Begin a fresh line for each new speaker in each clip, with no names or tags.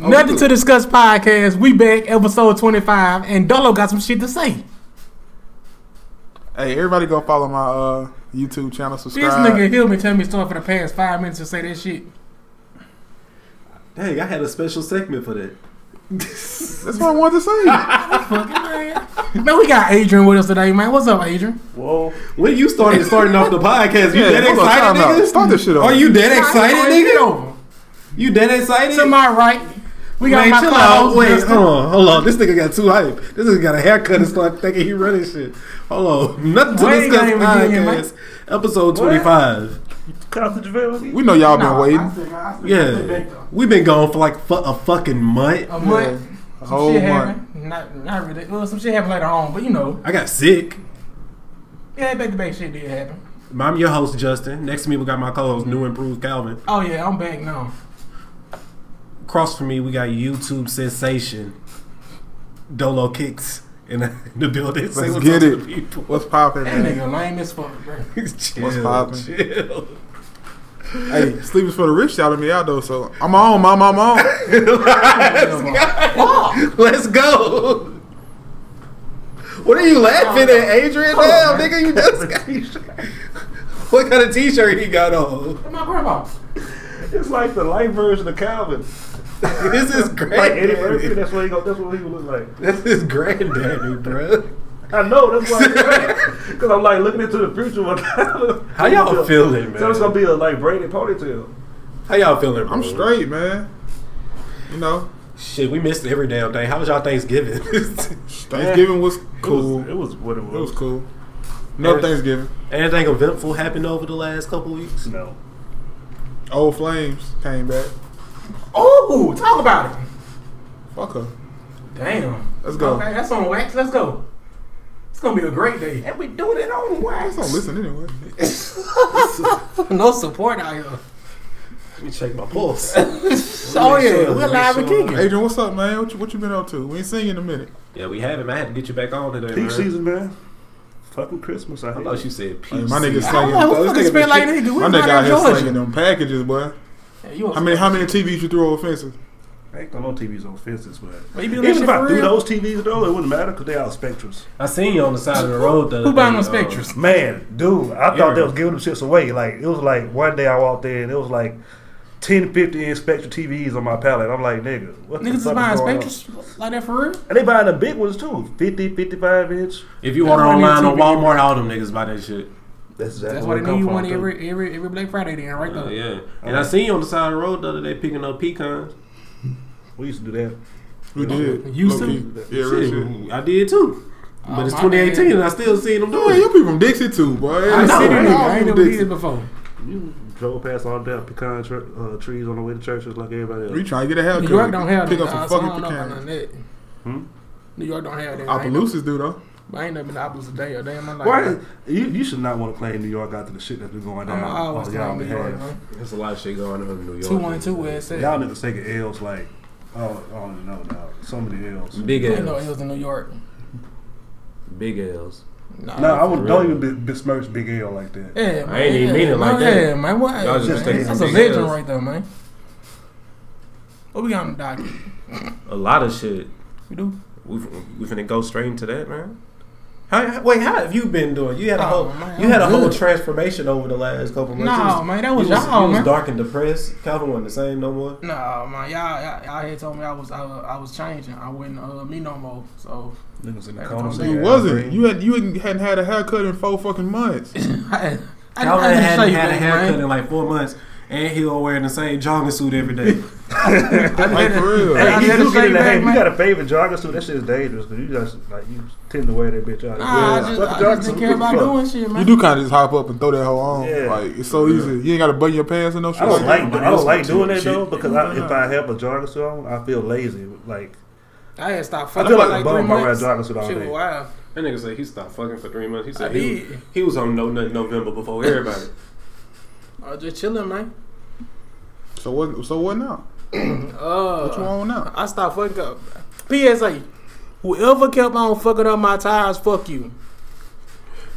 Oh,
Nothing to discuss podcast. We back episode twenty five, and Dolo got some shit to say.
Hey, everybody go follow my uh, YouTube channel.
This
Subscribe.
nigga Hill been telling me story for the past five minutes to say that shit.
Dang, I had a special segment for that.
That's what I wanted to say.
Fucking man. man, we got Adrian with us today, man. What's up, Adrian?
Whoa.
When you started starting off the podcast, you
Yeah,
that
hold on,
excited,
time out.
nigga?
Start this shit over.
Are you that excited,
Get
nigga?
over.
You that excited?
To my right, we got
Man,
my
chill
clown.
out. Wait, hold on, hold on. This nigga got too hype. This nigga got a haircut and start thinking he running shit. Hold on, nothing to
Why you
discuss.
gotta even get in your
Podcast episode twenty five.
Cut off the JaVale with me?
we know y'all
Nah,
been
I
waiting.
said, man, I said,
Yeah, we've been gone for like fu- a fucking month.
a month.
A
Some
whole
shit
month.
happened. Not, not really. Well, some shit happened later on, but you know,
I got sick.
yeah, back to back shit did happen.
I'm your host Justin. Next to me, we got my co-host, new improved Calvin.
Oh yeah, I'm back now.
Across from me, we got YouTube sensation, Dolo Kicks in the, in the building. Let's
get it. What's popping,
That
man?
nigga lame as fuck, bro.
chill,
What's poppin'?
Chill.
hey, sleepers for the rich shouted me out though, so I'm on, mom, I'm on.
Let's go. What are you laughing at, Adrian? Now, nigga, you just got. what kind of T-shirt he got on?
Where my grandma?
It's like the light version of Calvin.
This is
Like Eddie Murphy,
granddaddy.
that's what he go, that's what he would look like.
This is granddaddy, bro.
I know, that's why because I'm like looking into the future one time.
How y'all feeling,
So it's
man?
gonna be a like braided ponytail.
How y'all feeling, bro?
I'm straight, man. You know,
Shit, we missed every damn thing. How was y'all Thanksgiving?
Thanksgiving was cool.
It was, it was what it was.
It was cool. No
Yeah.
Thanksgiving.
Anything eventful happened over the last couple weeks?
No.
Old Flames came back.
Oh, talk about it.
Fuck her.
Damn.
Let's go.
Okay, that's on wax. Let's go. It's gonna be a great day. And we do it on
Just don't
wax.
listen anyway.
no support out here.
Let me check my pulse.
Oh yeah,
sure,
we're
make
live and
sure.
kicking.
Adrian, what's up, man? What you, what you been up to? We ain't seen you in a minute.
yeah, we have him. I had to get you back on today,
Peak
man.
season, man. Fucking Christmas. I,
I thought you said peak.
Hey, my nigga
season.
slinging.
know who
this
fucking
nigga
spit
been-
like that. Dude, we
My
not
nigga out
in
here
Georgia.
slinging them packages, boy.
Yeah, you
How many how many TVs you threw over fences?
I ain't on TVs on fences, but
Are you doing that
even
shit
if I
for
threw
real?
those TVs though, it wouldn't matter because they all spectrums.
I seen you on the side of the road the other
Who buying
day,
those
uh,
pictures?
Man, dude, I
Yeah.
thought they was giving them shits away. Like it was like one day I walked in, it was like 10, 50 inch Spectrum TVs on my pallet. I'm like, nigga, what the
Niggas is
fuck
buying
going on?
spectrums like that for real?
And they buying the big ones too, 50, 55 inch.
If you
That's
order
why I need
online
to
on
be-
Walmart, all them niggas buy that shit.
That's exactly
That's
where
why
it
they
come
know you
from,
want it
too.
every every every Black Friday then, right
Uh,
there.
yeah. And I seen you on the side of the road the other day picking up pecans.
We used to do that.
We did.
You
Low
too?
key. Yeah, real
Shit,
shit.
I did too. But
Oh,
it's
my
2018
bad.
and I still seen them
Oh,
doing
man, you
it.
be from Dixie too, boy.
I know,
City
right?
niggas
I ain't
from
never did
Dixie.
it before.
You drove past all damn pecan tr- uh, trees on the way to church just like everybody else.
We trying to get a haircut.
New York don't have
Pick
that.
up some
uh, so I
fucking
don't know about none of
pecans.
that.
Hmm?
New York don't have that. I ain't
Opelousas do though.
never- I ain't never been to Opelousas a day or day in my life.
Why you, you should not want to claim New York after the shit that's been going down.
I'm always
on
yeah,
y'all
New York.
behalf.
man.
There's a lot of shit going on in New York.
Two one two where it's at.
Y'all niggas taking L's like, oh, I don't even know now. So many L's.
Big
You know it
L's.
was in New York.
Big L's.
Nah,
No, I would,
for
don't
real.
even be- besmirch Big L like that.
Yeah,
I ain't even mean it like
yeah,
that.
Yeah, man, what?
Y'all just
Just
taking
L's.
That's a
some big
legend
L's.
right there, man. What we got on the docket?
A lot of shit.
We do.
We we finna go straight into that, man. How, how- wait, how have you been doing? You had a
Oh,
whole
man,
you had a
I'm
whole
good.
transformation over the last couple months. You
Nah, man, that was
you
y'all,
you was
man.
dark and depressed. Calvin wasn't the same no more.
Nah, man, y'all, y'all, y'all had told me I was, I, was- I was changing. I wouldn't uh, me no more. So
Niggas in the
That's
comments.
what I'm
You
Yeah,
wasn't. You had you hadn't hadn't had a haircut in four fucking months.
I, I,
Calvin
didn't
hadn't
shave
had a
back,
haircut
man.
in like four months, and he was wearing the same jogging suit every day.
Like for real.
Hey,
Hey,
you
you,
do get in
that,
that,
hey, you
man.
got a favorite jogger suit. That shit is dangerous because you just like you tend to wear that bitch out.
Nah, I just, I just didn't care about doing shit, man.
You do kind of just hop up and throw that hoe on.
Yeah.
Like it's so easy. You ain't got to button your pants and no shit.
I don't like
that.
I don't like doing that
Shit.
though because I, if I have a jogger suit on, I feel lazy. Like
I had stopped
I
fucking
feel
for
like,
like
a
three
bum if I wear a
months.
jogger suit all
Shit,
day.
wow.
That nigga said he stopped fucking for three months. He
I
said he,
did.
he was on no nothing November before everybody.
I was Uh, just chilling, man.
So what? So what now?
Uh,
What you on now?
I stopped fucking up. PSA. Whoever kept on fucking up my tires, fuck you.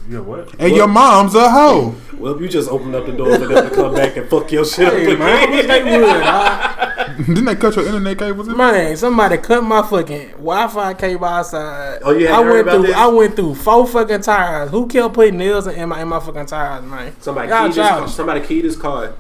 Yeah, what?
And your mom's a hoe.
Well, you just opened up the door for them to come back and fuck your shit
Hey,
up
man, I wish they
again.
would. I-
Didn't they cut your internet cables? in?
Man, somebody cut my fucking Wi-Fi cable outside.
Oh, you
yeah,
hadn't
I
heard
went
about
through.
this?
I went through four fucking tires. Who kept putting nails in my in my fucking tires, man?
Somebody
Y'all
keyed, his,
childish.
somebody keyed his car.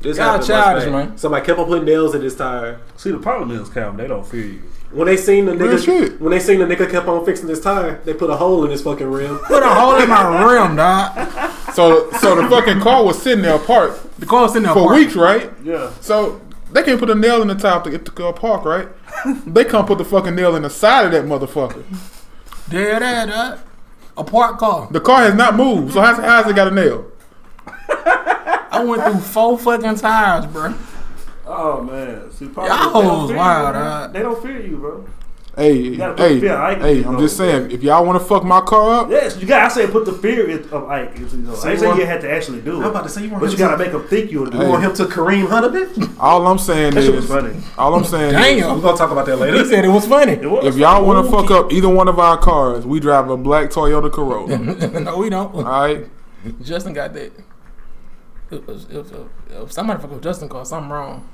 This
Y'all
happened
childish,
last night.
man.
Somebody kept on putting nails in his tire.
See, the problem is, Calvin, they don't fear you.
When they seen the
Real
nigga,
shit.
when they seen the nigga kept on fixing his tire, they put a hole in his fucking rim.
Put a hole in my rim, dog.
So, so the fucking car was sitting there parked
The car's in there
for
parked.
weeks, right?
Yeah.
So they can't put a nail in the top to get the car park, right? They can't put the fucking nail in the side of that motherfucker.
There, there, dog. A parked car.
The car has not moved, so how's, how's it got a nail?
I went through four fucking tires, bro.
Oh man, see, probably,
Y'all
they don't
hoes
fear
wild,
you, man.
huh?
They don't fear you, bro.
Hey,
gotta put
hey,
fear, I ain't
hey!
gonna
I'm
do
just
no-
saying, if y'all want to fuck my car up,
Yes, you got. I say put the fear in- of Ike. into you. I ain't
you
say
want-
you had to actually do it.
I'm about to say you want
but
him
you gotta
to-
make them think you'll do
Hey.
it.
want him to Kareem Hunter, bitch?
all I'm saying
That shit was
is,
funny.
all I'm saying is,
We're
Damn.
gonna talk about that
He
later.
said it was funny.
It was.
if y'all want to fuck up either one of our cars, we drive a black Toyota Corolla.
no, we don't.
all right,
Justin got that. If, if, if, if somebody fuck with Justin car, something wrong.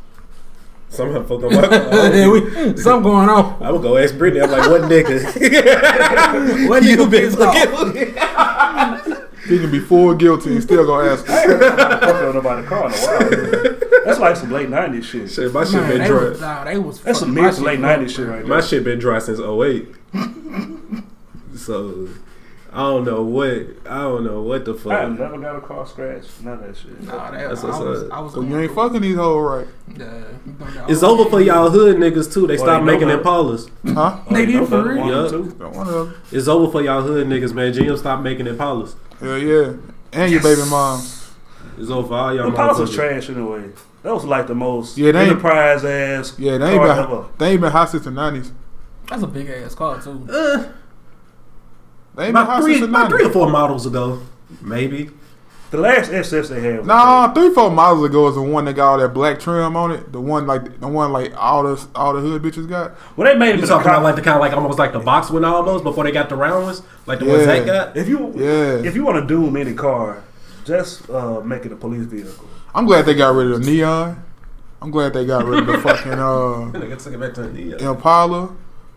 Somehow fucked up my car.
we, something going on.
I would go ask Brittany. I'm like, what nigga?
What
you
nigga
been
pissed off?
looking?
he can be full guilty and still gonna ask. us.
fucking on nobody's car in a while. man. That's like some late '90s shit.
Shit, my shit
Man,
been
they, was,
dry.
nah, they was
That's some
fucking
mid to
my
late
shit.
'90s shit right there.
My shit been dry since 08. so I don't know what I don't know what the
I have
fuck.
never got a car scratch. None of that shit.
Nah, that,
That's
I,
what's
was,
up.
I was
So you
going
ain't fucking these hoes
through- Yeah, you know that
It's
whole
over for
shit.
y'all hood niggas too. They
Well,
stopped
you know
making
what?
Impalas.
right, huh?
They
Ain't
did for
nobody
real?
wanted
Yeah.
to.
Don't want to.
It's over for y'all hood niggas, man. GM stopped making Impalas.
Hell yeah, and your baby mom.
It's over for all y'all.
The Pilots was
motherfuckers.
trash anyway. That was like the most
Yeah, they ain't-
enterprise ass.
Yeah, they ain't
car
been
ever.
they ain't been hot since the nineties.
That's a big ass car too.
They ain't been
About
hot
three,
since the
about three or
nineties.
four models ago, maybe.
The last SS they had. was
Nah, three four miles ago is the one that got all that black trim on it. The one like the one like all the all the hood bitches got.
trash. Well, they made him
You
in a
talking
cop.
about like the kind of like almost like the box one almost before they got the round ones, like the ones
Yeah.
that got.
if you
Yeah.
if you want to doom any car, just uh, make it a police vehicle.
I'm glad they got rid of the neon. I'm glad they got rid of the fucking uh,
Nigga took it back to the. Uh,
Impala.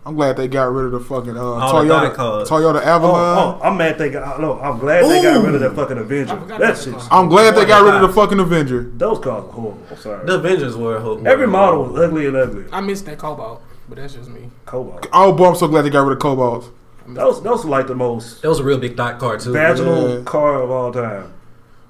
I'm glad they got rid of the fucking uh,
All the
Toyota
black cars.
Toyota
Oh,
Avalon.
oh I'm mad they got. No, I'm glad they got rid of that fucking Avenger.
I forgot
That
about
shit.
that car.
I'm glad they got rid of the
Toyota.
fucking Avenger.
Those cars are horrible. I'm sorry.
The Avengers were a whole.
Every model was ugly and ugly.
I missed that Cobalt, but that's just me.
Cobalt.
Oh boy, I'm so glad they got rid of Cobalts.
Those those are like the most
That was a real big dot car too.
vaginal
Yeah.
car of all time.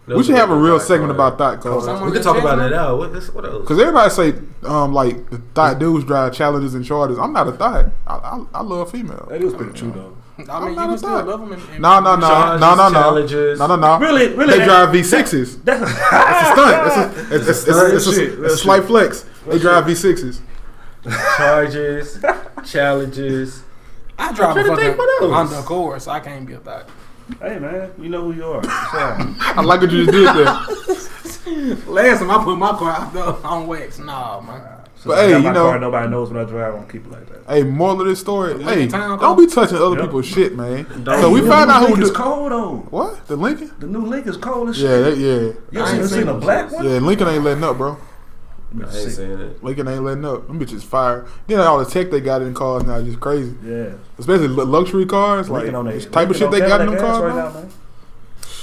That
We
was
should have a
big
real
dot
segment
car.
about thought cars.
Someone
We could
in
talk
the
about
chat,
it
man?
now. What, this, what else?
Cause everybody say um like the thought dudes drive challenges and charters. I'm not a thought. I, I, I love females.
That is pretty true though.
I mean,
I'm
you
not
can
a
still
thug.
love them. And, and
No, no, no,
Chargers,
no, no, no,
Challengers.
no, no, no.
Really, really. eh?
They drive V sixes.
That's
It's a stunt. It's a, it's, it's, it's, it's,
Real shit,
a,
real
it's a slight flex. They drive V sixes.
Charges, challenges.
I drive a
trying to think what
fucking
else.
Honda Accord, so I can't be a thought.
Hey man, you know who you are. Sorry.
I like what you just did there.
Last time I put my car out there on wax, nah, man.
But
I
hey,
got
you
my
know-
car, nobody knows when I drive. I don't keep it like that.
Hey, moral of this story. Hey,
town,
don't be touching other people's shit, man. So we
The
find
new
out who
Link is
do,
cold though.
what the Lincoln.
The new Link is cold as shit.
Yeah, that, yeah,
You
I
seen,
ain't
seen
seen
a
those
black one?
yeah. Lincoln ain't letting up, bro.
Let me
I
see.
ain't saying it.
Lincoln ain't letting up. Them bitches fire. Then all the tech they got in cars now is just crazy.
Yeah.
Especially lu- luxury cars, like
Lincoln on
this
that-
type of
Lincoln
shit
on
they got in them
Cadillac ass
cars.
right
now.
now, man.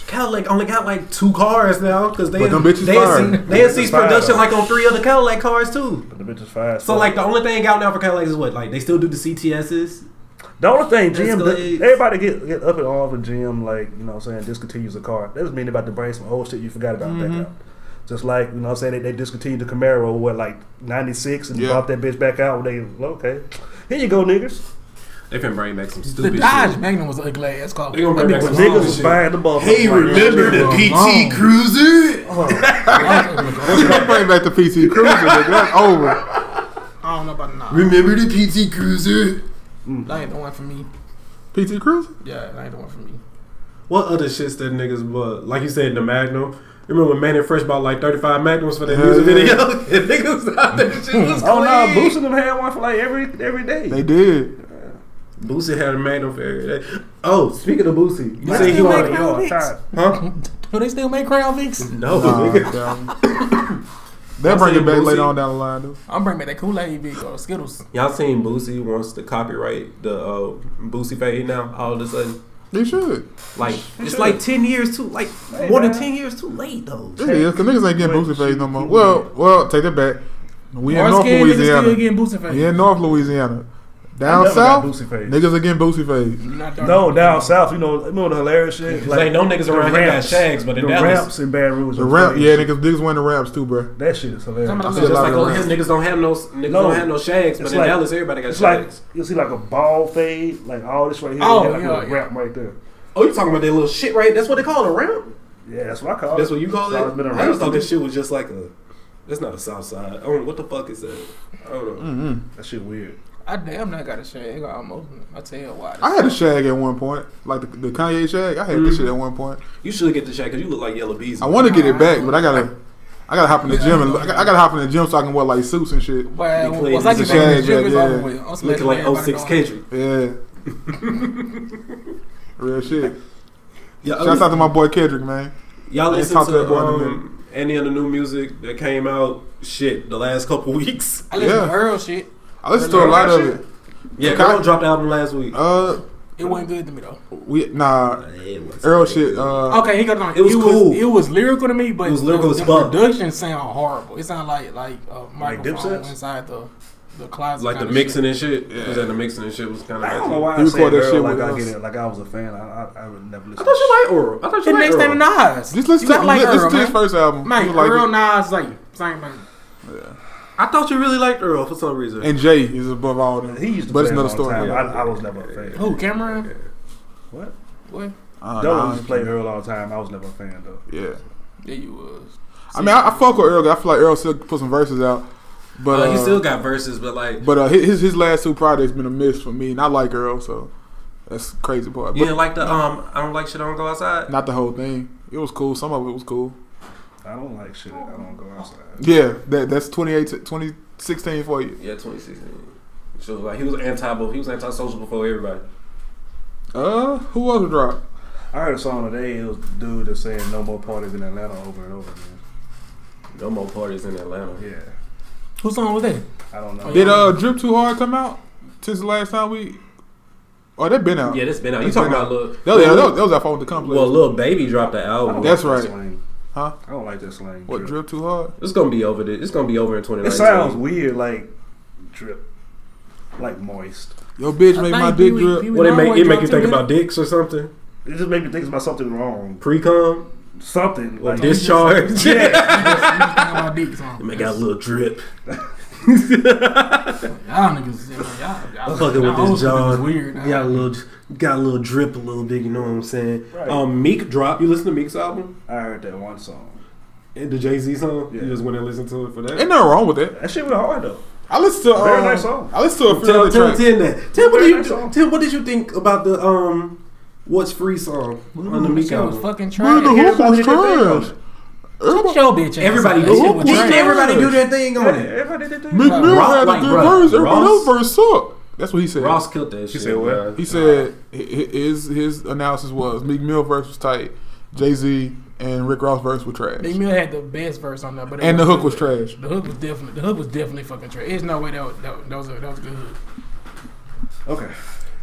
Cadillac only got like two cars now because they
But them bitches
they had
fire.
seen- they had
Bitches
ceased
fire.
production like on three other Cadillac cars too.
But the bitch is fast.
So like the only thing out now for Cadillacs is what like they still do the CTSs.
The only thing, GM,
Escalades.
everybody get, get up in arms with GM, like, you know what I'm saying, discontinues the car. That doesn't mean they about to bring some old shit you forgot about back out. Just like, you know what I'm saying, they, they discontinued the Camaro, what, like 96 and
Yeah.
brought that bitch back out. They, well, okay, here you go, niggas.
They finna bring back some
The
stupid
Dodge Magnum was an ugly ass car.
They gonna
That
bring
bitch
back
was
When
some
long
niggas
as
was
shit.
buying the motherfucker.
Hey,
like, shit,
remember the
bro.
PT Cruiser?
They gonna bring back the PT Cruiser. nigga. That's over.
I don't know about nah.
Remember the PT Cruiser?
That ain't the one for me.
PT Cruiser.
Yeah, that ain't the one for me.
What other shits that niggas bought? Like you said, the Magnum. Remember when Manny Fresh bought like 35 Magnums for that
Hell
music
yeah.
video? and niggas out there, shit was
Oh, no,
clean.
Boots and them had one for like every every day.
They did.
Boosie had a magnum for every day. Oh,
Speaking of Boosie, you
Why
said
do
he
you
on
make
you on
movies?
time.
huh?
Do they still make crayon fix?
No,
Nah,
nigga.
damn. They'll bring it
saying
back
Boosie.
later on down the line, though.
I'm bringing back that Kool Aid big or Skittles.
Y'all seen Boosie wants to copyright the uh, Boosie fade now? All of a sudden,
They should.
like it's
should.
like ten years too, like
Hey,
more than
man.
ten years too late though.
It is, because niggas ain't getting
Wait,
Boosie phase no more.
shoot.
Well, well, take that back. We in
Or
North
scared niggas still
Louisiana.
getting boosted face.
We in North Louisiana.
I
Down
never got
south,
Boosie phase.
niggas are getting Boosie phase.
Not dark.
No, down south, you know, you know the hilarious shit.
Like, ain't no niggas
the
around here got shags, but in
the
Dallas-
ramps in Baton Rouge,
The
are
rap,
crazy.
yeah, niggas, niggas win the raps too, bro.
that shit is hilarious.
Some of them
I see
look
a
Just
lot
like
of
over
rap.
here, niggas don't have no niggas
No.
don't have no shags, but
It's
in
like-
Dallas everybody got
It's like
shags.
you'll see like a ball fade, like all this right here,
Oh,
oh, like
yeah,
a little
yeah.
ramp right there.
oh, you talking about that little shit, right? That's what they call it, a ramp.
Yeah, that's what I call it.
That's what you call
Oh, It's always
it.
Been a
I
ramp.
just thought this shit was just like a. That's not a south side. I don't know what the fuck is that. I don't
Mm.
know.
Mm-hmm.
That shit weird.
I damn not got a shag. I almost. I tell you why.
I had a shag at one point, like the, the Kanye shag. I had this shit at one point.
You should get the shag because you look like Yellow Bees.
I want to get it back, but I gotta, I gotta hop in the gym and I gotta, I gotta hop in the gym so I can wear like suits and shit.
Well,
Be clean.
once I
It's
get
a
back in the
shag,
gym,
yeah,
it's
yeah.
over with. I'm smacking
looking like
everybody
06
going.
Kendrick.
Yeah, real shit.
Yeah,
Shouts out to my boy Kendrick, man.
Y'all
I ain't
listen
talked to
to,
that boy in a
um, any of the new music that came out? Shit, the last couple weeks.
I listen
Yeah.
to Earl shit.
I listened to a lot of it.
Yeah,
Ka-
Earl dropped the album last week.
Uh,
It wasn't good to me though.
we nah,
It was-
Earl shit. Uh,
Oh,
Okay, he got on.
It was cool.
it was lyrical to me, but
It was lyrical
the,
as
the
fuck.
production sound horrible. It sounded like like a microphone
Dipset's?
inside the the closet.
like the
kinda
mixing
shit.
and shit. Because the mixing and shit was kind of.
I don't know why I
You
said
call that
that
shit
like
with
I
us?
get it. Like I was a fan. I I, I would never
I thought
listen.
you liked Earl. I thought you
And next
liked
thing to
Earl.
Nas,
just listen
you
to
gotta like
li- listen
Earl,
to his
man.
first album.
Man,
You like
Earl
it.
Nas, like same man.
I thought you really liked Earl for some reason.
and Jay is above all of them.
He used to
but
play
it's
him all
another
the
story.
time. I, I was never a fan.
Oh.
Who Cameron?
What?
What?
Uh, nah,
Dolo
I
used to
ain't-
play Earl all the time. I was never a fan though.
Yeah.
Yeah, you was.
I mean, I, I fuck with Earl. 'cause I feel like Earl still put some verses out, but
Uh, he
uh,
still got verses, but like
But uh, his his- his last two projects been a miss for me, and I like Earl, so that's the crazy part.
you
But
didn't like the um. I don't like shit. I don't go outside.
not the whole thing. It was cool. Some of it was cool.
I don't like shit. I don't go outside.
Yeah, that that's 2018 2016 for you.
Yeah, 2016. So like he was anti, he was anti-social before everybody.
Uh, who else dropped?
I heard a song today. It was the dude that's saying no more parties in Atlanta over and over again.
No more parties in Atlanta.
Yeah,
Whose song was that?
I don't know.
Did uh Drip Too Hard come out since the last time we? Oh, that been out.
Yeah, that's been out. You
That's
talking
been
about little?
That was, that was, that was our phone to come play.
Well, Lil Baby dropped the
I don't
album.
That's
like that
right.
slang.
Huh?
I don't like that slang.
what
drip.
Drip Too Hard?
It's gonna be over. This. It's gonna be over in
It
2019.
sounds weird, like drip, like moist.
Yo, bitch, make my dick drip.
Well, it make it make you think about dicks or something.
It just made me think about something wrong,
Pre cum
something
or
like
discharge.
Yeah,
about dick
It
song.
may got a little drip.
Y'all niggas, y'all, y'all, y'all,
I'm fucking with
y'all
this
old
John.
school niggas Weird. Nah.
Got a little, got a little drip, a little bit. You know what I'm saying?
Right.
Um, Meek drop. You listen to Meek's album
I heard that one song.
and the Jay Z song.
Yeah.
You just went and listened to it for that.
Ain't nothing wrong with it.
That shit was hard though.
I listened to um,
Very nice song.
I listened to a few
Tell,
other
tell
tracks.
Tim that. Tim, what do
Very
you
nice song.
Tim, what did you think about the um, what's free song on the
That
Meek
shit was
album?
fucking
Man,
trash.
the hook was
did their thing
trash.
Put
Everybody-
your bitch ass
Everybody,
on.
did,
That shit
hook
was
was
trash.
trash.
everybody do their thing on it.
Everybody did that.
Mick Mill
Ross-
had
like,
a good
bruh,
verse. Everybody
Ross-
else verse sucked. That's what he said.
Ross killed that shit.
said what?
bruh.
He said hi- hi- his his analysis was Meek Mill verse was tight, Jay Z and Rick Ross verse were trash,
Meek Mill had the best verse on there, but it
and the
was-
hook was trash.
The hook was definitely the hook was definitely fucking trash. There's no way that was, that, was- that was a, that was a good hook.
Okay,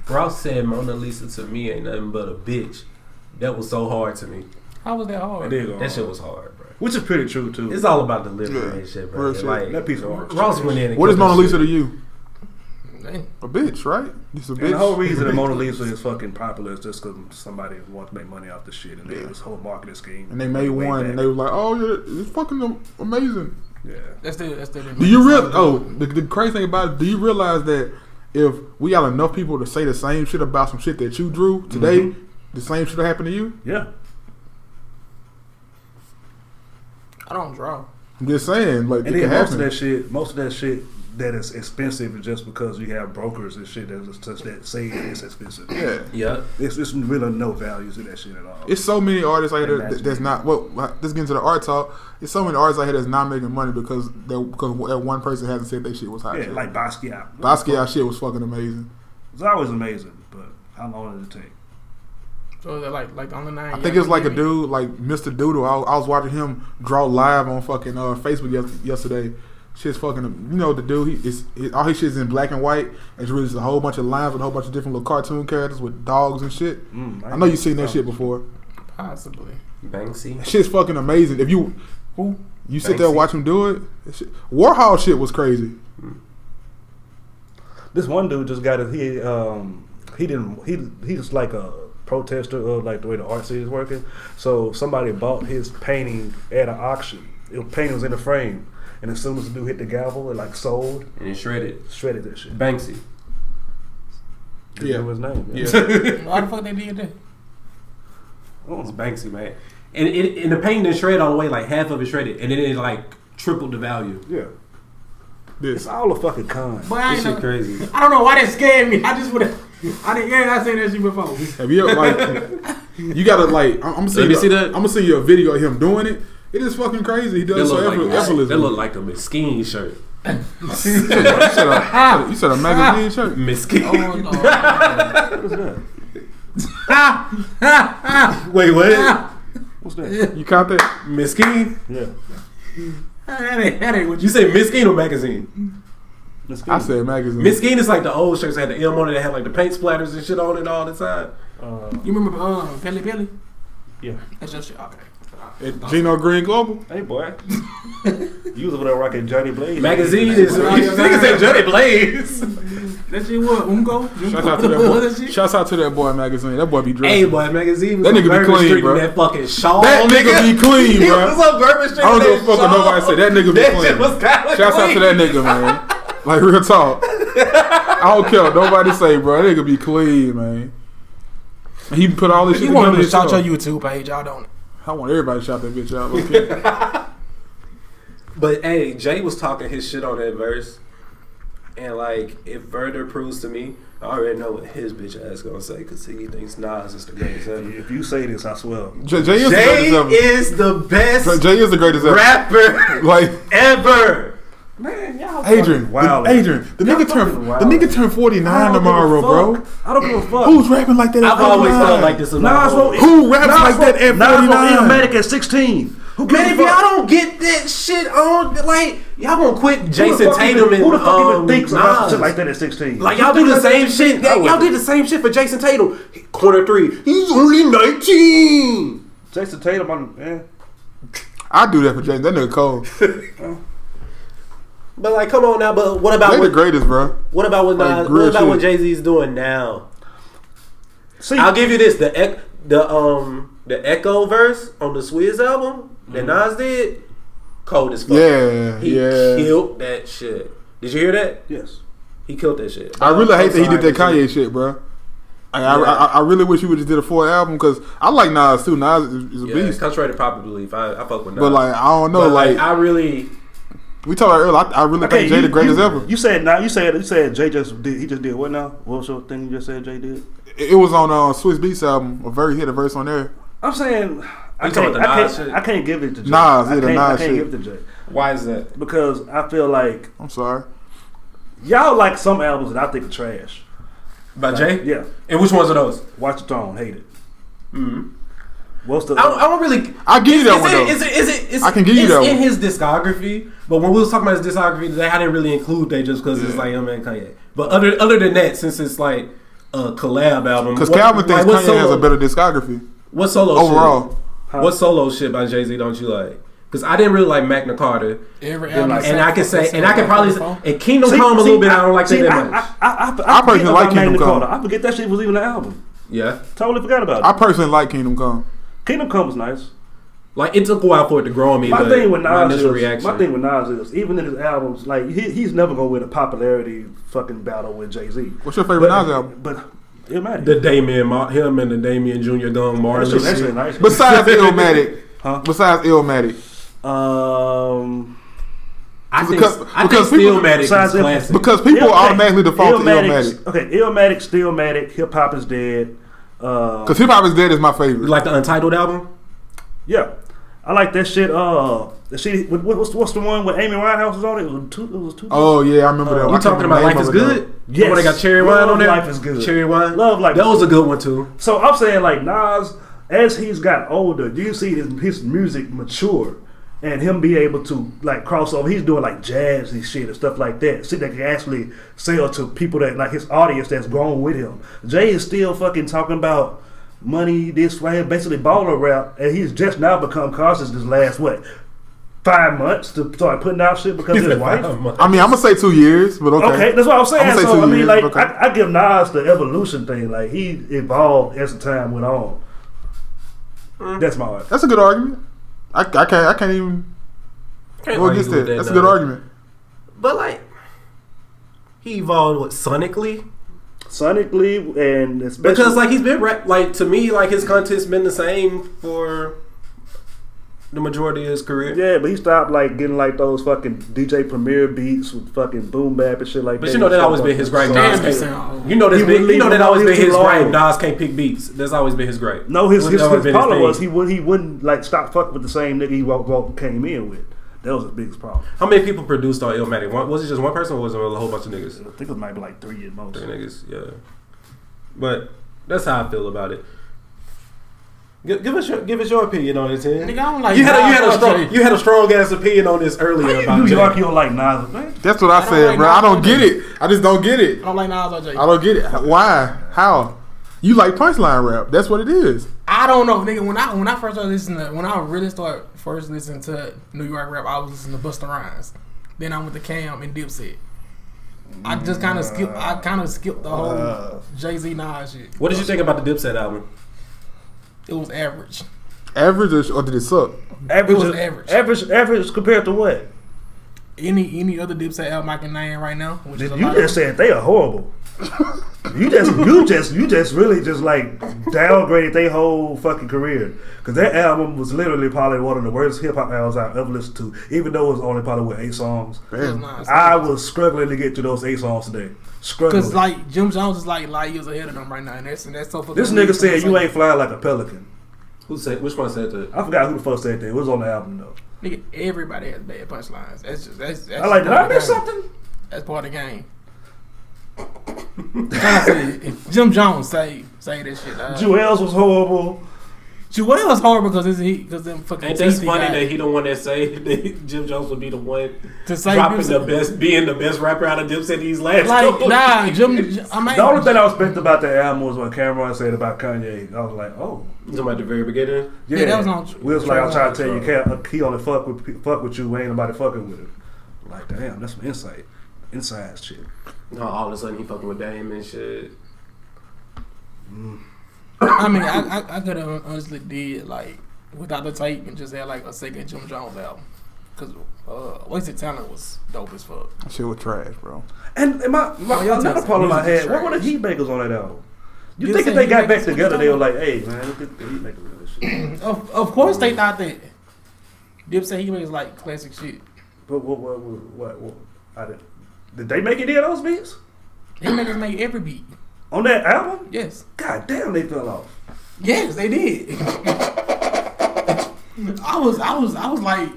Ross said Mona Lisa to me ain't nothing but a bitch. That was so hard to me.
How was that hard?
did Oh, go
That shit
hard.
was hard, bro.
which is pretty true too.
It's all about delivery
Yeah,
and shit, bro.
real shit.
Like,
That piece of work.
Ross went in. And
What is
killed
Mona
that
Lisa
shit.
to you?
Dang.
A bitch, right? It's a
and the whole
bitch.
reason the Mona Lisa is fucking popular is just because somebody wants to make money off the shit, and they this whole marketing scheme.
And they made
way
one,
back.
and they were like, "Oh, yeah, it's fucking am- amazing."
yeah.
That's the that's the.
Do you real? Oh, the, the crazy thing about it, do you realize that if we got enough people to say the same shit about some shit that you drew today,
Mm-hmm.
the same shit will happen to you?
Yeah,
I don't draw.
I'm just saying, like,
and
it
then
can
most of
happen.
that shit, most of that shit that is expensive is just because you have brokers and shit that is such that say it's expensive.
yeah.
Yeah.
it's, it's really no value to that shit at all.
It's so many artists out here that,
Imagine.
that's not. Well, uh, let's get into the art talk. It's so many artists out here that's not making money because that because that one person hasn't said they shit was hot.
yeah,
shit.
like Basquiat.
Basquiat shit was fucking amazing.
It's always amazing, but how long did it take?
So is that like like the only nine?
I
y'all
think it's
can
like a
give me?
dude, like Mr. Doodle. I, I was watching him draw live on fucking uh, Facebook yes, yesterday. Shit's fucking, you know, the dude. He is he, all his shit's in black and white. It's really just a whole bunch of lines with a whole bunch of different little cartoon characters with dogs and shit.
Mm,
I know you've seen that shit before.
Possibly.
That
Banksy.
Shit's fucking amazing. If you, who you sit there
Banksy.
and watch him do it. that Shit, Warhol shit was crazy.
This one dude just got it. He um he didn't he he was like a protester of like the way the art scene is working. So somebody bought his painting at an auction. It was painting was in a frame, and as soon as the dude hit the gavel, it like sold,
And he shredded.
shredded that shit.
Banksy.
Didn't
Yeah.
know his name.
Yeah.
Why the fuck they did that?
Oh, it's Banksy, man. And it, and the painting didn't shred all the way, like half of it shredded, and then it like tripled the value.
Yeah. It's
This
all a fucking con.
But I,
This
ain't
shit
know,
crazy.
I don't know why that scared me. I just would have. I didn't. Yeah, I seen that shit before.
have you ever, like? you gotta like. I'm, I'm gonna see,
Let me
you-
see that.
I'm gonna see you a video of him doing it. It is fucking crazy. He
That
does so
look, like,
effort-
that
effortlessly.
look like a mesquite shirt.
You said a- you said a magazine shirt.
Mesquite.
Oh lord.
What is that?
Wait, what?
Oh.
What's that?
You caught that?
mesquite?
yeah.
that ain't that ain't what
You
you.
say mesquite or magazine?
Let's
I said magazine.
Mesquite is Mm-hmm. like the old shirts that had the M on it that had like the paint splatters and shit on it all the time.
Uh,
You remember um Pelly Pelly?
yeah.
That's your shit. Okay.
At Gino Green Global.
Hey boy. you was over there rocking Johnny Blaze.
Magazine is niggas say Johnny Blaze.
That shit what? Umgo.
Shout out to that boy. Shout out to that boy magazine. That boy be
hey,
dressed.
boy, magazine.
That nigga be clean,
Street
bro.
That fucking shawl.
That nigga be clean,
He
bro.
was on Bourbon Street.
I don't
with
give a fuck
shawl.
what nobody said. That nigga be
That
clean.
shit was kind of
Shout out to that nigga, man. Like real talk. I don't care. what Nobody say, bro. That nigga be clean, man. He put all this shit
You want
together.
me to shout your
himself.
YouTube page? I don't.
I want everybody to shout that bitch out. Okay.
But hey, Jay was talking his shit on that verse, and like if Verder proves to me, I already know what his bitch ass gonna say because he thinks Nas is the greatest ever.
If you say this, I swear.
Jay, Jay is
Jay
the greatest
is the
ever.
best
Jay is the greatest ever.
rapper
Like
ever. Man, y'all
Adrian,
wild.
the, Adrian, the
Y'all
nigga
fucking
turned
wild.
the nigga turned forty nine tomorrow, bro.
I don't give a fuck.
Who's rapping like that? at
I've always
49?
felt like this. is my
Nas
whole-
wrote
Who raps like that at
Nas
49?
wrote Illmatic at 16. Who gives
Man,
a
if
fuck?
y'all don't get that shit on, like y'all gonna quit
Who the
Jason
fuck
Tatum
even,
and
Who the fuck
um,
even thinks about
Nas.
shit like that at 16?
Like y'all do the same shit.
I
y'all
wouldn't.
did the same shit for Jason Tatum. Corner three. He's only nineteen.
Jason Tatum, I'm, eh. man.
I do that for Jay. That nigga cold.
But like, come on now. But what about
They the
what,
greatest, bro.
what about what
like,
Nas,
real
What about what Jay
shit.
Z's doing now?
See,
I'll give you this: the ec- the um the Echo verse on the Swizz album that Nas did, cold as fuck.
Yeah,
he
yeah.
killed that shit. Did you hear that?
yes.
He killed that shit.
I really hate that he did that
Sorry,
Kanye shit, bro. I, I,
Yeah.
I, I really wish you would just did a full album because I like Nas too. Nas is, is a
Yeah,
beast,
contrary to popular belief, I, I fuck with Nas.
but like I don't know,
But,
like,
I really
we talked about earlier. I, I really think Jay the greatest
you,
ever.
You said now. You said you said Jay just did. He just did what now? What was your thing you just said Jay did?
it it was on uh, Swiss Beats album. A very hit a verse on there.
I'm saying I
You talking
can't.
about the
I
Nas
can't,
shit?
I can't give it to Jay.
Nas,
I
yeah,
can't,
the
I
Nas
can't
shit.
give it to Jay
why is that?
because I feel like
I'm sorry.
y'all like some albums that I think are trash.
By Jay?
Yeah,
And which ones are those?
Watch the Throne, hate it. What's the?
Mm-hmm. I don't, I don't really.
I give you that
Is
one
it-
though.
is it- is it- is
I can give you
it's
that
in
one.
his discography, but when we was talking about his discography today, I didn't really include that just because it's like him and Kanye. But other other than that, since it's like a collab album,
Because
what-
Calvin thinks
like, what
Kanye
solo,
has a better discography
what solo
overall.
Shit, what solo shit by Jay Z don't you like? Because I didn't really like Magna Carta,
Every album.
Then, like,
except
and I can
for
say,
this
and I can
one,
probably
four.
say, and Kingdom Come a little bit. I don't like
see,
that
I,
that much.
I, I, I, I,
I personally
forget
like
about Magna
Kingdom Come.
Carta. I forget that shit was even an album.
Yeah,
Totally forgot about it.
I personally like Kingdom Come.
Kingdom Come was nice.
like it took a while for it to grow on me.
My
but
thing with
my
Nas is
initial reaction.
my thing with Nas is even in his albums, like he, he's never gonna win a popularity fucking battle with Jay Z.
What's your favorite Nas album?
But it matters.
the Damien, Mar- him and the Damien Jr. Gun
That's
Marley.
just actually
shit.
nice.
Besides Illmatic.
Huh?
Besides Illmatic.
um,
I think,
Because-
I think
because people-
Stillmatic is
Besides-
classic.
Because people
Ill-
automatically default
Illmatic's-
to Illmatic.
Okay, Illmatic, Stillmatic, Hip Hop is dead. Uh,
Because Hip Hop is Dead is my favorite.
like the Untitled album,
yeah, I like that shit. Uh, the shit. What, what's what's the one with Amy Winehouse was on it? It was two. It was two.
Oh yeah, I remember that.
Uh, we
We
one. I can't
talking
remember
about
the
life
name
is
of it, though.
good.
Yes.
The one that got cherry wine
Love
on there.
Life is Good.
Cherry wine.
Love Life
That
is
was a good one too.
So I'm saying like Nas, as he's got older, you see his, his music mature, and him be able to like cross over. He's doing like jazz and shit and stuff like that. Shit that can actually sell to people that like his audience that's grown with him. Jay is still fucking talking about money this way, basically baller rap, and he's just now become conscious this last what five months to start putting out shit because of his wife.
I mean, I'm gonna say two years, but okay.
Okay. that's what I'm saying.
I'ma say
so
two
I mean,
years,
like,
okay.
I, I give Nas the evolution thing. Like, he evolved as the time went on.
Mm.
That's my argument.
That's a good argument. I, I can't. I can't even
Can't
go
argue
against
with
that.
that,
That's a
nah.
good argument.
But like, he evolved what sonically
Sonically and especially
because like he's been rap. Like to me, like his content's been the same for the majority of his career.
yeah, but he stopped like getting like those fucking DJ Premier beats with fucking boom bap and shit like that.
But you know that
He
always
stopped
been his gripe.
fucking-
Damn,
Nas
Nas you
can't-
sound old.
You know that's
He
been,
would
you know
leave
that
him
always
alone
been
too
his
long.
gripe. Nas can't pick beats. That's always been his gripe.
No, his
That's
his,
always
his
been
problem
thing.
was he would he wouldn't like stop fucking with the same nigga he walk, walk, came in with. That was his biggest problem.
How many people produced on Illmatic? One, was it just one person or was it a whole bunch of
I
niggas?
think it might be like three at most.
Three niggas, yeah. But that's how I feel about it. Give, give us your give us your opinion on this. Hen.
Nigga, I don't like
you had a, you had a
Nas
strong
Jay.
you had a strong ass opinion on this earlier about
New
Jay.
York, you don't like Nas, man.
That's what I,
don't
said,
like
bro. I don't
Nas
get
Jay.
it. I just don't get it.
I don't like Nas or Jay.
I don't get it. Why? How? You like punchline rap? That's what it is.
I don't know, nigga. When I when I first started listening, to, when I really started first listening to New York rap, I was listening to Busta Rhymes. Then I went to Cam and Dipset. I just kind of skipped. I kind of skipped the whole
Uh.
Jay Z Nas shit.
What did you think about the Dipset album?
It was average.
Average or, or did it suck?
Average,
It was
average,
average.
average, average compared to what?
Any any other Dipset album I can name right now, which is a
You
lot
just
of,
said they are horrible. you just, you just, you just really just like downgraded their whole fucking career because that album was literally probably one of the worst hip hop albums I've ever listened to. Even though it was only probably with eight songs,
it was
Damn.
Nas.
I was struggling to get to those eight songs today. Struggling.
Cause like Jim Jones is like light years ahead of them right now, and that's and that's so fucking.
this
weird
nigga
to me.
said
It's
you
like,
ain't flying like a pelican.
Who said which one said that?
I forgot who the fuck said that. It was on the album though.
Nigga, everybody has bad punchlines. That's just that's. that's
I like, did
part
I
of the
miss
game.
something?
That's part of the game. Tryna say, if Jim Jones say say this shit. Uh,
Jewels was horrible.
Joel is horrible because it's he because them fucking.
Ain't that
teeth he
funny
got.
that he the one that say that Jim Jones would be the one
To say
dropping
this-
the best, being the best rapper out of Dipset these last
like
couple
nah,
years.
Jim. I mean,
The only thing I was bent about that album was when Cameron said about Kanye. I was like, oh.
You talking about the very beginning?
Yeah, that was on-
We was like, I'm trying to tell you, Cam, he only fuck with fuck with you. Ain't nobody fucking with him. Like, damn, that's some insight, inside shit.
No, all of a sudden he fucking with Dame and shit.
I mean, I I, I could have honestly did like without the tape and just had like a second Jim Jones album because uh, Wasted Talent was dope as fuck.
That Shit was trash, bro.
And, and my, my
Oh, y'all
another
taste
problem I
music is
had, what were the
trash.
Heat Makers on that album? You
You
think if
saying
they
Heat
got back
Makers, what you
together, they were
talking
like, hey man, look at the Heat Makers and this shit.
Of of course they thought that. Dip said he makes like classic shit.
But what what what, what, what I did, did they make any of those beats
They make us make every beat.
on that album?
Yes.
God damn, they fell off.
Yes, they did. I was, I was, I was like,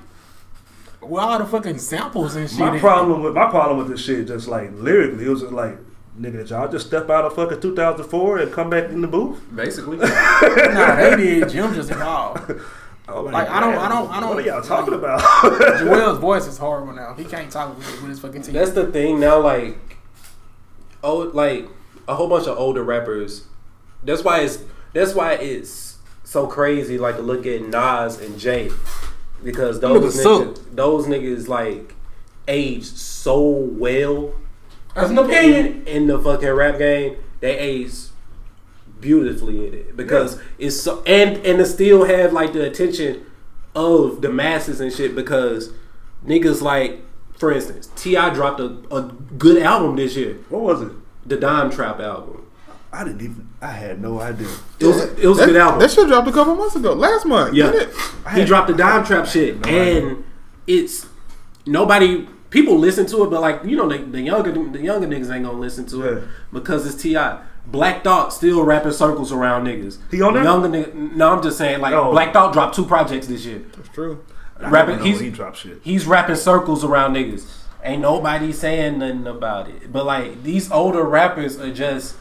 where all the fucking samples and shit?
My
at?
problem with my problem with this shit, just like lyrically, it was just like, nigga, did y'all just step out of fucking 2004 and come back in the booth?
Basically,
Nah, they did. Jim just involved.
Oh,
Like, I don't- I don't- I
What
don't-
are y'all talking about?
Joel's voice is horrible now. He can't talk with, with his fucking teeth.
that's the thing now. Like, oh, like a whole bunch of older rappers. That's why it's that's why it's so crazy. Like to look at Nas and Jay because those
Niggas
niggas, those niggas like aged so well.
That's an
in, in the fucking rap game, they ace beautifully in it because it's so and and it still have like the attention of the masses and shit because niggas like for instance Ti dropped a, a good album this year,
what was it?
the Dime Trap album.
I didn't even. I had no idea.
It was it was a
That,
good album.
that shit dropped a couple months ago. Last month.
Yeah.
didn't it?
He dropped the dime trap shit, and it's nobody. People listen to it, but like you know, the, the younger the younger niggas ain't gonna listen to it
Yeah.
because it's Ti.
Black Thought still wrapping circles around niggas.
He on there?
Younger nigga. No, I'm just saying like
Oh.
Black Thought dropped two projects this year.
That's true.
Rapping,
Rapping-
know
he's-
when he dropped shit.
He's wrapping circles around niggas. Ain't nobody saying nothing about it. But like these older rappers are just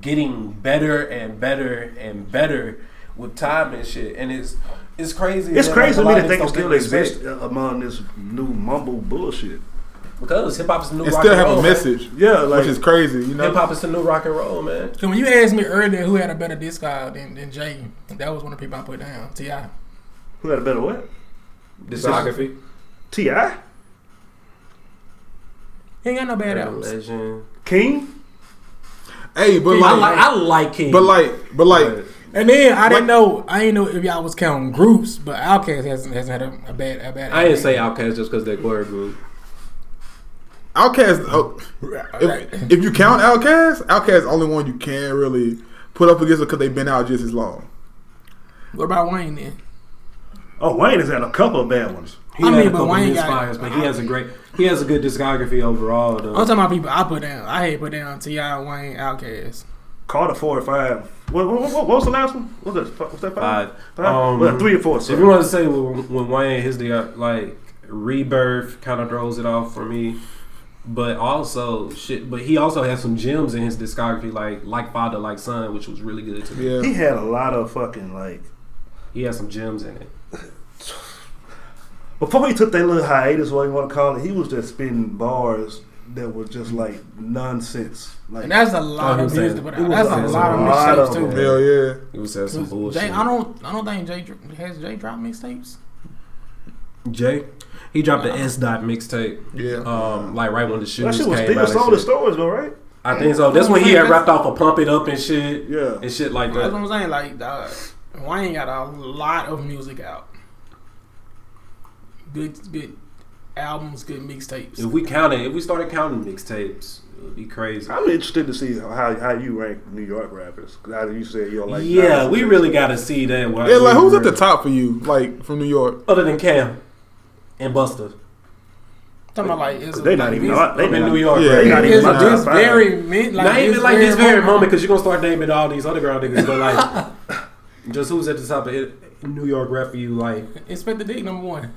getting better and better and better with time and shit. And it's it's crazy.
It's
that,
crazy
like,
to
a lot
me to
of
think
niggas
it still
don't get respect.
exists among this new mumble bullshit.
because hip hop is the new
It
rock
still
and
have
roll.
Oh.
a message,
Yeah, like
which is crazy. You know,
Hip hop is the new rock and roll, man.
So when you asked me earlier who had a better disc out than, than Jay, that was one of the people I put down. Ti.
who had a better what?
Discography.
Ti
He ain't got no bad albums.
Legend.
King.
hey, but
I
like,
like I like him.
but like, but like,
And then I
What-
didn't know. I didn't know if y'all was counting groups, but Outkast hasn't hasn't had a, a bad a bad.
I didn't say
album.
Outkast just because they're glory group.
Outkast. Oh, if, if you count Outkast, Outkast is the only one you can really put up against because they've been out just as long.
What about Wayne then?
Oh, Wayne has had a couple of bad ones.
He
I mean,
had a
but
couple
Wayne
hit
got-
fires, but he has a great, he has a good discography overall. Though.
I'm talking about people I put down. I had put down Ti, Wayne, Outkast.
Carter four or five. What, what, what, what was the last one? What was that? Was that five?
Five.
Five?
Um,
well, three or four.
if you
Sorry.
want to say when, when Wayne his the like rebirth kind of throws it off for me, but also shit. But he also has some gems in his discography, like like father, like son, which was really good to me.
Yeah,
He had a lot of fucking like.
He has some gems in it.
Before he took that little hiatus, what you want to call it, he was just spitting bars that were just like nonsense. Like
And that's a lot
Oh, he
of
was
music
saying-
to put
it
out.
was
That's
a
a lot
lot
of mixtapes
of
too.
them.
hell yeah.
He was has some bullshit.
Jay, I don't, I don't think Jay dr- has Jay dropped mixtapes.
Jay, he dropped the S dot mixtape.
Yeah.
Um, like right when the
that
shoes
shit
came
was
out.
still
and
sold in
shit.
stores though, right?
I think so. That's when he had rapped off a pump it up and shit.
Yeah.
And shit like
That's
that.
what I'm saying. Like, dog, Wayne got a lot of music out. Good, good albums, good
If
mixtapes.
we counted, if we started counting mixtapes, it would be crazy.
I'm interested to see how how you rank New York rappers. 'Cause I- you said you're like
yeah,
nah,
we really got to see that. why
Yeah, like
we
who's at
were-
the top for you? Like from New York?
Other than Cam and Buster.
Talking about like, it's
They not even.
It's,
They
I'm in
not-
New York.
Yeah,
right?
They not even
it's
my
this
top five.
very min- like,
Not even like this very moment
moment.
because you're gonna start naming all these underground niggas, but like, just who's at the top of it, New York rap for you, like
Inspect the Dick number one.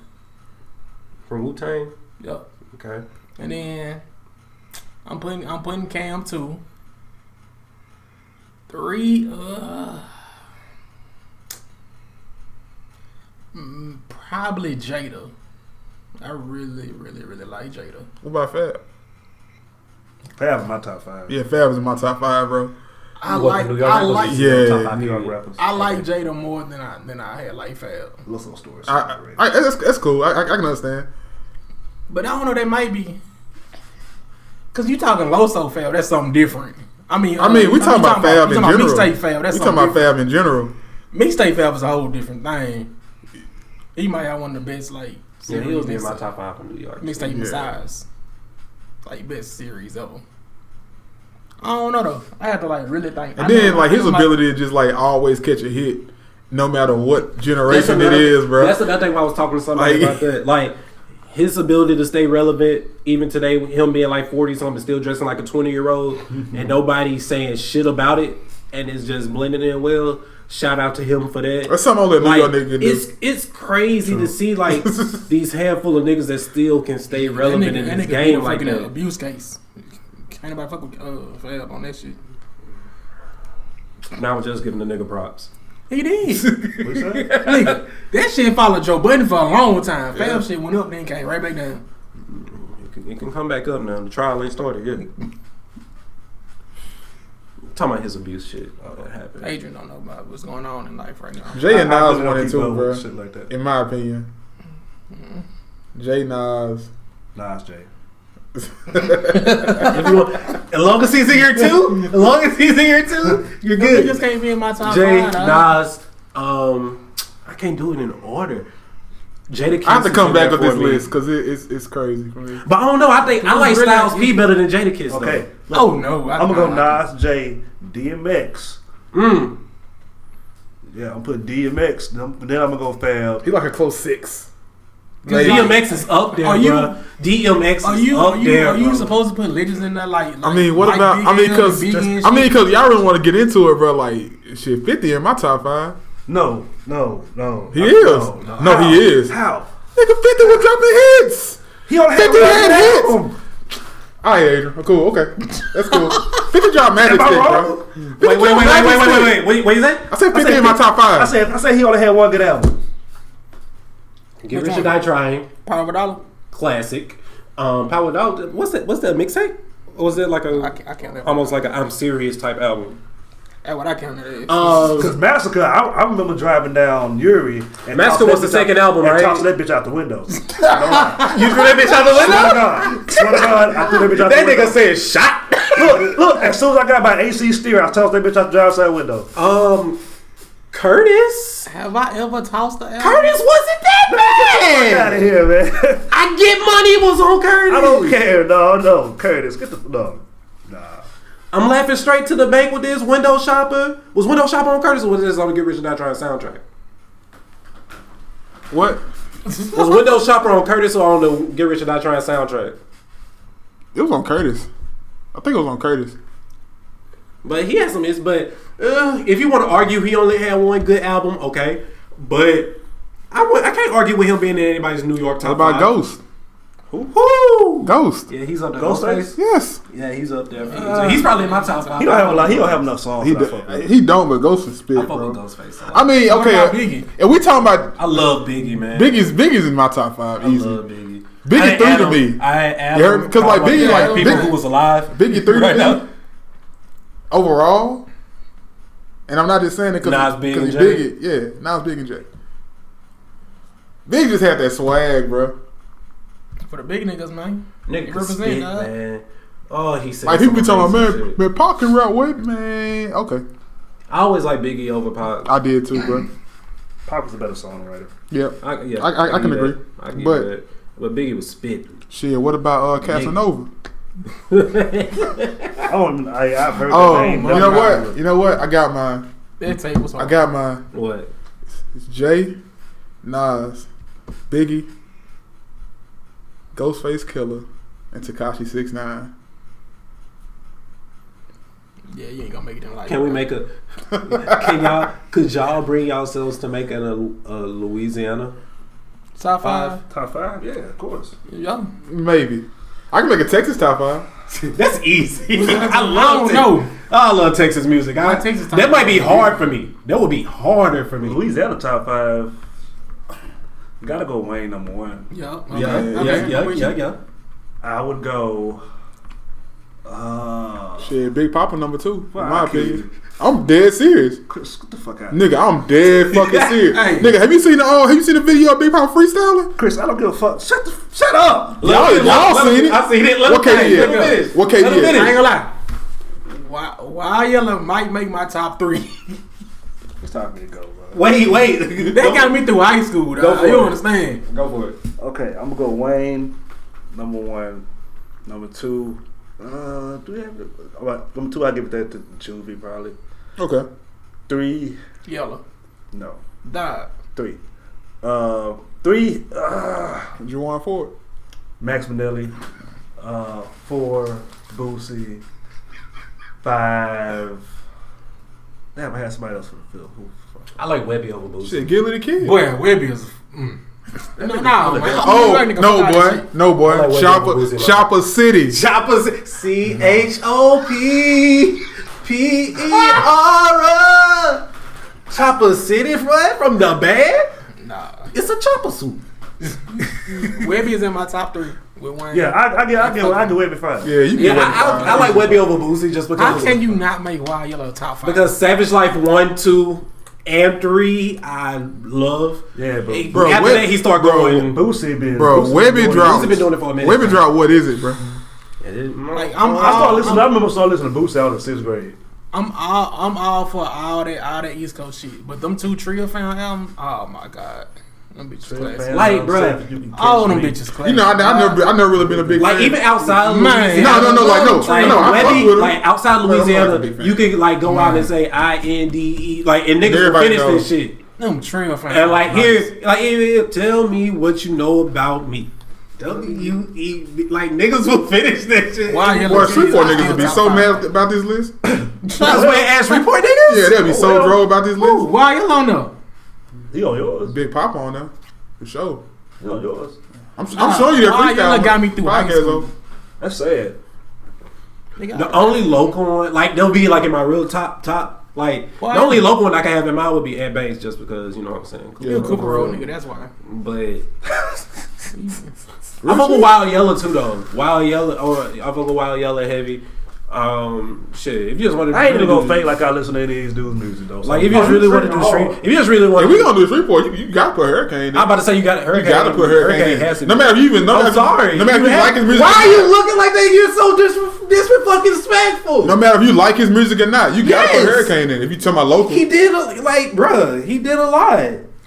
from Wu Tang.
Yep.
Okay,
And then I'm putting, I'm putting Cam two, three. Uh, mm, probably Jada. I really, really, really like Jada.
What about Fab?
Fab in my top five.
Yeah, Fab is in my top five, bro.
I
Welcome
like,
to New York.
I
That was
like,
just your
Yeah.
top five
New York
period.
rappers.
I like Jada more than I than I had like Fab.
Listen to stories.
I, I, that's, that's cool. I, I, I can understand.
But I don't know. They might be. Cause you talking Loso Fab, that's something different. I mean,
I mean, we
uh,
Um, talking about Fab
you
in
talking
general.
Mixtape Fab, that's
we talking about Fab in general.
Mixtape Fab is a whole different thing. He might have one of the best like
Yeah,
series
he was in my
mixtape-
top five from New York.
mixtape
Yeah.
besides like best series ever. I don't know though. I have to like really think. I
And then
know-
like
I
his
know my-
ability to just like always catch a hit, no matter what
That's
generation it
another-
is, bro.
That's another thing I was talking to somebody about
Like-
that. Like his ability to stay relevant even today, him being like forty something, still dressing like a twenty year old, and nobody saying shit about it, and it's just blending in well. Shout out to him for that.
That's something only a New
Like,
York nigga can
it's
do.
it's crazy to see like these handful of niggas that still can stay relevant
That nigga-
in this
that nigga
game
fucking
like
an
that.
Abuse case. Can't nobody fuck with uh, Fab on that shit.
Now I'm just giving the nigga props.
He did.
What you say?
Nigga, that shit followed Joe Budden for a long time. Fab shit went up, then came right back down.
It can, it can come back up now. The trial ain't started yet. Talking about his abuse shit. All that happened.
Adrian don't know about what's going on in life right now.
Jay and
I- I
Nas
really don't
one and
keep
two,
up with
bro.
Shit like that.
In my opinion, Jay Nas.
Nas J.
If you want- as long as he's in here too, as long as he's in here too, you're
He just
good.
can't be in my top
Jay,
five. dog.
Nas, um, I can't do it in order. Jada,
I have to come back
with
with this list because it, it's it's crazy for me.
but I don't know. I think I like
Really?
Styles P better than Jada Kiss.
Okay.
Oh no, I,
I'm gonna
I-
go Nas J, DMX.
though. Mm.
Yeah, I'm putting DMX. Then then I'm gonna go Fab.
He like a close six. Like,
DMX is up there,
Are you-
bruh. DMX
Are
is
you
up
are you,
there.
are you
bro.
supposed to put legends in there? Like,
I mean, what about? I mean, cause I mean, cause y'all really want to get into it, bro. Like, shit, fifty in my top five.
No, no, no.
He
I-
is.
No,
No,
How?
he is.
How?
Nigga, fifty was dropping hits.
He only had
50 had
one
hits.
album.
All right, Adrian. oh, Cool. Okay, that's cool. fifty dropped magic
Am I
stick,
wrong?
bro. 50
Wait, wait, wait,
dropped
wait,
Magic
wait, wait, wait,
Stick.
wait, wait. What you say?
I said
I
fifty
said
in my
50.
top five.
I said, I said he only had one good album.
Get
Which
Rich or
one?
Die Trying,
Power of a dollar.
classic. Um, Power Dog. What's that? What's that mixtape? Or was it like a
I can't. I can't
Um,
live.
almost like a I'm serious type album?
That's what I count it as.
Um,
Because Massacre, I, I remember driving down Uri. And
Massacre was
tossed that
the
bitch out-
second album,
and
right?
tossed that bitch out the window. Swear to
You threw that bitch out the
God. Swear to God, I threw that bitch out the window.
said shot.
Look, look, as soon as I got my AC steer, I tossed that bitch out the driver's side window.
Oh.
um, Curtis.
Have I ever tossed the album?
Curtis wasn't
Out
that
of
bad.
here, man.
I get money was on Curtis.
I don't care. No, no. Curtis, get the. No. Nah.
I'm laughing straight to the bank with this window shopper. Was window shopper on Curtis or was this on the Get Rich or Die Trying soundtrack?
What?
Was window shopper on Curtis or on the Get Rich or Die Trying soundtrack?
It was on Curtis. I think it was on Curtis.
But he has some hits. But uh, if you want to argue, he only had one good album. Okay, but I w- I can't argue with him being in anybody's New York
What
top
about
five.
Ghost?
Woo!
Ghost.
Yeah, he's up there.
Ghostface? Uh,
Yes.
Yeah, he's up there. he's probably in my top five.
He don't have a lot. He don't have enough songs.
He
that I fuck
do,
with.
he don't, but Ghost is
I
spit,
fuck with
bro.
Ghostface. a lot.
I mean,
What
okay. uh,
about Biggie?
If we talking about
I love Biggie, man.
Biggie's, Biggie's in my top five.
I
Easy.
love Biggie.
Biggie
I had
three to
Adam-
me.
I had Adam.
You heard me? 'Cause, like,
Probably
Biggie,
had
like,
people
Biggie-
who was alive.
Biggie three to
right
me?
now.
overall. And I'm not just saying
Nas
it because
Big
he's
and Jay.
big. Yeah, Nas Big and Jay. Big just had that swag, bro.
For the big niggas, man.
Nigga can
Represent,
spit,
dog.
man. Oh, he said.
Like
some
people be talking, about,
amazing
man,
shit.
man, Pop can rap with man. Okay,
I always like Biggie over Pop.
I did too, bro.
Pop was a better songwriter.
Yep.
I, yeah,
I- I- I can
give
agree.
That. I can
But-
but, that. but Biggie was spit.
Shit. What about uh, Casanova?
I don't. even- I, I've heard
Oh,
the name.
you know what? You know what? I got mine.
That tape was.
I got mine.
What?
It's Jay, Nas, Biggie, Ghostface Killer, and Takashi Six Nine.
Yeah, you ain't gonna make it in like.
Can we make a? Can y'all? Could y'all bring yourselves to make an, a, a Louisiana?
top five?
Top five? Yeah, of course.
Yeah.
Maybe. I can make a Texas top five.
That's easy. I
I
love
don't
no.
know.
I love Texas music. I,
My Texas
that
time.
might be hard for me. That would be harder for me.
Louisiana top five. Gotta go Wayne number one.
Yeah. Okay.
Yeah,
okay.
yeah, yeah,
I'm with
yeah,
you.
yeah.
I would go. Uh,
Shit, Big Papa number two.
Why,
in my
I kid
opinion,
you.
I'm dead serious,
Chris, get the fuck out.
nigga. I'm dead fucking serious,
Hey.
nigga. Have you seen the uh, Have you seen the video of Big Papa freestyling?
Chris, I don't give a fuck. Shut the shut up.
Y'all,
Let me-
y'all
let me-
seen it?
I seen it. Let
What
me
KD
finish.
is?
Let me finish.
What KD
Let me
is?
finish. I ain't gonna lie.
Why? Why yellow might make my top three?
It's time for me to go, bro.
Wait, wait.
they got me through high school.
Go
Dog.
for
You
it.
don't understand?
Go for it.
Okay, I'm gonna go Wayne number one, number two. Uh, do we have? All right, number two, I give that to Juvie probably.
Okay,
Three,
Yellow.
no,
Dog.
three. Uh, three. Uh,
Juwan Ford.
Max Manelli, uh, four, Boosie, five. Damn, I had somebody else for the field. Who the fuck?
I like Webby over Boosie.
Shit, Gilly the Kid.
Boy, Webby is. Mm. No, no, man.
Oh
Nigga,
no,
fuck outta
boy,
shit.
no,
I like
boy.
Wayne Boosie
Chopper,
like
Chopper City.
Choppers. C H O P P E R. Chopper City from from the band.
Nah,
It's a chopper suit.
Webby is in my top three with Wayne.
Yeah, I, I get, I get, I do every five.
Yeah, you.
Yeah,
can
I, I, I like Webby over Boosie just because.
How can you not make Wild Yellow top five?
Because Savage Life one, two, and three, I love.
Yeah, but-
Hey,
Bro,
after
Web-
that, he started
bro,
growing.
Boosie been,
Bro,
Boosie
Webby
been doing
drops.
Boosie been doing it for a minute.
Webby drop. What is it, bro?
like
Like,
I'm, all,
it. I started listening. I
I'm,
remember started listening to Boosie. I was in sixth grade.
I'm all, I'm all for all that, all that East Coast shit. But them two Trio Fan album, oh my god, them bitches classic.
Light,
Man, I'm
bruh.
saying if you can catch
All them
me.
bitches classic.
You know, I, I never, I never really been a big.
like
fan.
even outside of
Man.
Louisiana,
No, no, no, like, no.
like,
No, I
Webby,
fuck with him.
like outside
But I'm not a
Louisiana,
big fan.
you can like go out and say I N D E, like and niggas will
Everybody
finish
know.
this shit.
Them trail fans.
And like here, like eh, eh, tell me what you know about me. W E like niggas will finish that shit.
Why you
Boy, three four niggas would be so mad about this list.
That's where ass report niggas.
Yeah, they'll be so drove about this list.
Why you alone though?
He on yours.
Big Pop on there, for sure.
He on yours.
I'm, I'm showing you that
Why y'all
freestyle.
got me through high
podcast
school?
over.
That's sad.
The only local one, like they'll be like in my real top top. Like
Why?
the only local one I can have in mind would be Ed Banks, just because you know what I'm saying.
Yeah,
You a Cooper
Cooper
Road
Road.
nigga, that's why.
But I fuck with Wild Yellow too, though. Wild Yellow, or I fuck with Wild Yellow heavy. Um, shit. If you just want to,
I ain't even gonna fake like I listen to any of these dudes' music though. So
Like if you just really want to do street, if you just really want,
If we gonna do three four, you, you gotta put Hurricane. In.
I'm about to say you got
You
hurricane.
gotta put Hurricane. in.
has to
no
be-
matter if you even know.
I'm sorry.
No matter if
You
you
have-
like his music.
Why
or
are
not.
you looking like that? You're so dis- disrespectful.
No matter if you like his music or not, you gotta
Yes.
put Hurricane in. If you talking about local,
he did a, like, bruh. He did a lot.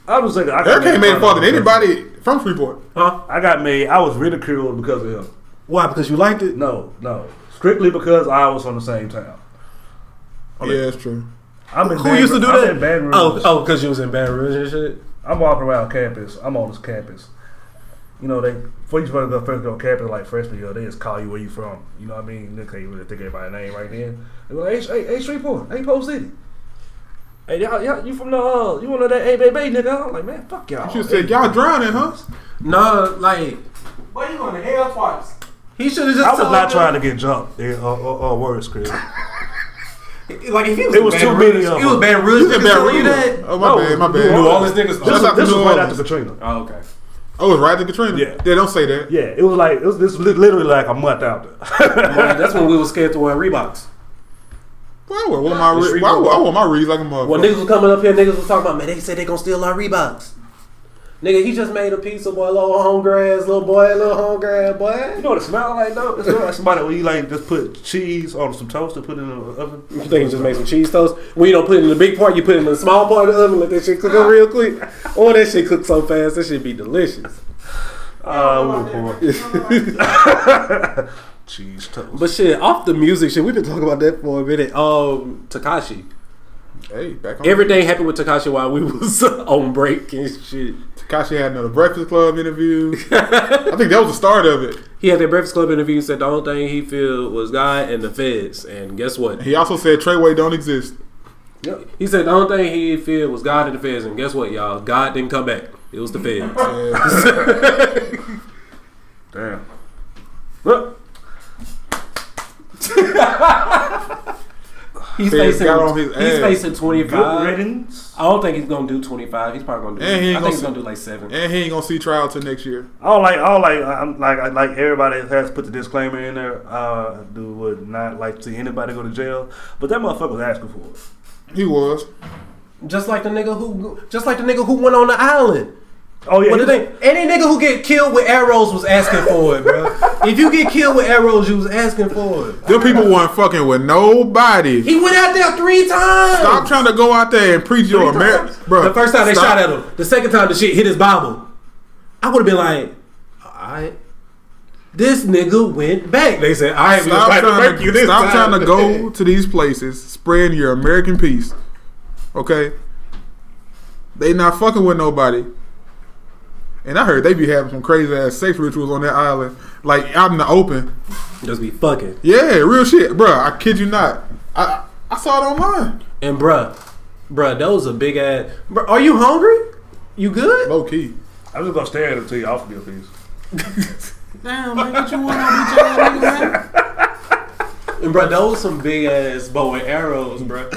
I was thinking, I got
Hurricane made it farther than
Hurricane.
anybody from Freeport.
Huh?
I got made. I was ridiculed because of him.
Why? Because you liked it.
No, no, strictly because I was from the same town.
Yeah, that's true.
I'm in
Who
Baton-
used to do
I'm
that?
In Baton Rouge.
Oh, oh, because you was in Baton Rouge and shit.
I'm walking around campus. I'm on this campus. You know, they before you first go first go campus like freshman year, they just call you where you from. You know what I mean? They can't really think of everybody's name right then. They go, hey, hey, hey, Shreveport, hey, Post City. Hey, y'all, y'all, you from the uh, you one of that A Bay Bay nigga? I'm like, man, fuck y'all.
You should said y'all drowning, huh?
No, like
Why you going to hell twice?
he should have just.
I was
told
not
them-
trying to get jumped in uh, uh, uh, words, Chris.
Like if he was,
It
in
was
Baton
too many
Rouge-
of
It was
them.
Baton
You
Rouge.
said
niggas
Baton
telling you
Rouge.
that.
Oh my
No,
bad, my
New
bad.
Orleans.
New Orleans niggas.
Shout
This,
out to
this
New
was right
Orleans.
after Katrina.
Oh, okay.
Oh, it was right after Katrina.
Yeah.
yeah. Don't say that.
Yeah, it was like it was this li- literally like a month after.
Well, that's when we were scared to wear Reeboks.
Why would one of my
It's
re- why would I want my reads like a motherfucker?
Well, niggas was coming up here, niggas was talking about, man, they said they gonna steal our Reeboks. Nigga, he just made a pizza, boy, little home grass, little boy, little home grass,
you
boy.
know what it smelled like though? It smelled like somebody when you like just put cheese on some toast and put it in the oven.
You think you just make some cheese toast? When you don't put it in the big part, you put it in the small part of the oven, let that shit cook up real quick. Oh, that shit cook so fast, that shit be delicious.
Uh, we were poor. cheese toast.
But shit, off the music shit, we've been talking about that for a minute. Um, Takashi.
hey, back on
Everything happened with Takashi while we was on break and shit.
Takashi had another Breakfast Club interview. I think that was the start of it.
He had that Breakfast Club interview, said the only thing he feel was God and the feds. And guess what?
He also said Treyway don't exist.
He said the only thing he feared was God and the feds, and guess what, y'all? God didn't come back. It was the feds.
Yeah.
Damn.
he's
Feds
facing
got on his
he's
ass.
facing twenty
Good
five.
riddance.
I don't think he's gonna do twenty five. He's probably gonna do.
And he ain't
I think
gonna
he's
see-
gonna do like seven.
and he ain't gonna see trial till next year.
I don't like. I don't like. I'm like. I like everybody has put the disclaimer in there. I do would not like to see anybody go to jail. But that motherfucker was asking for it.
He was.
Just like the nigga who, just like the nigga who went on the island.
Oh yeah.
But
he-
the thing, any nigga who get killed with arrows was asking for it, bro. if you get killed with arrows, you was asking for it.
Them people weren't fucking with nobody.
He went out there three times.
Stop trying to go out there and preach your America, bro.
The first time they shot
stop.
at him. The second time the shit hit his Bible. I would have been like, alright. This nigga went back. They said, I ain't
Stop,
trying to
trying
break
to,
you this
stop
time.
trying to go to these places spreading your American peace. Okay? They not fucking with nobody. And I heard they be having some crazy ass sex rituals on that island. Like out in the open.
Just be fucking.
Yeah, real shit. Bruh, I kid you not. I I saw it online.
And bruh, bruh, those are big ass. Bruh, are you hungry? You good?
Low key.
I'm just gonna stare at him till you offer me a piece.
Damn, man, what you want on these young niggas, man?
And bruh, those some big ass bow and arrows, bruh.